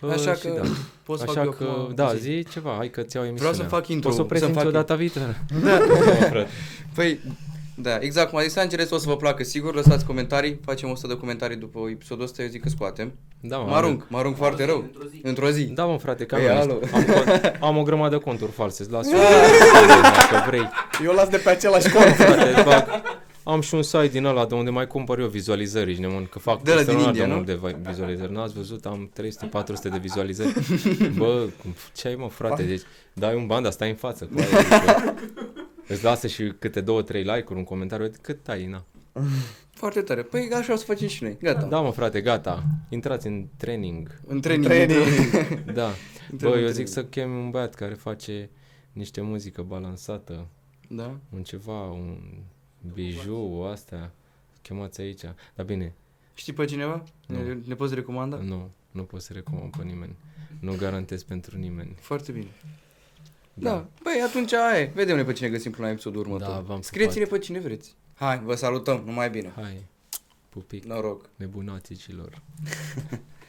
Bă,
Așa
și
că
da.
Poți să
Așa
fac eu
că,
acum-
da, zi ceva, hai că ți-au emisiunea.
Vreau să fac intro.
Poți să o
să-mi
prezinți
fac Da.
o dată viitoare.
Păi, da, exact cum a zis Angeles, o să vă placă sigur, lăsați comentarii, facem 100 de comentarii după episodul ăsta, eu zic că scoatem.
Da,
Mă arunc, mă arunc foarte rău,
Într-o zi.
într-o zi.
Da, mă, frate, că
Ei,
am,
alo. Da.
am, co- am o grămadă de conturi false, îți las eu dacă vrei.
Eu las de pe același cont.
Frate, îți fac. Am și un site din ăla de unde mai cumpăr eu vizualizări, și nemun, că fac
De ăla din
extraordinar
India, nu?
de mult de vi- vizualizări. N-ați văzut, am 300-400 de vizualizări. Bă, ce ai mă, frate, deci dai un ban, dar stai în față. Cu aia, adică, îți lasă și câte două, trei like-uri, un comentariu, adică cât ai, na.
Foarte tare. Păi așa o să facem și noi, gata.
Da, mă, frate, gata, intrați în training.
În training.
Training.
Da. Bă,
Întrebări
eu zic
training.
să chem un băiat care face niște muzică balansată,
Da.
un ceva, un bijou, o astea. Chemați aici. Dar bine,
Știi pe cineva? Ne, ne poți recomanda?
nu, nu pot să recomand pe nimeni. Nu garantez pentru nimeni.
Foarte bine. Da. Băi, atunci aia e. Vedem-ne pe cine găsim până la episodul următor.
Da, v-am
Scrieți-ne pe cine vreți. Hai, vă salutăm, numai bine.
Hai, pupic,
Noroc.
nebunaticilor.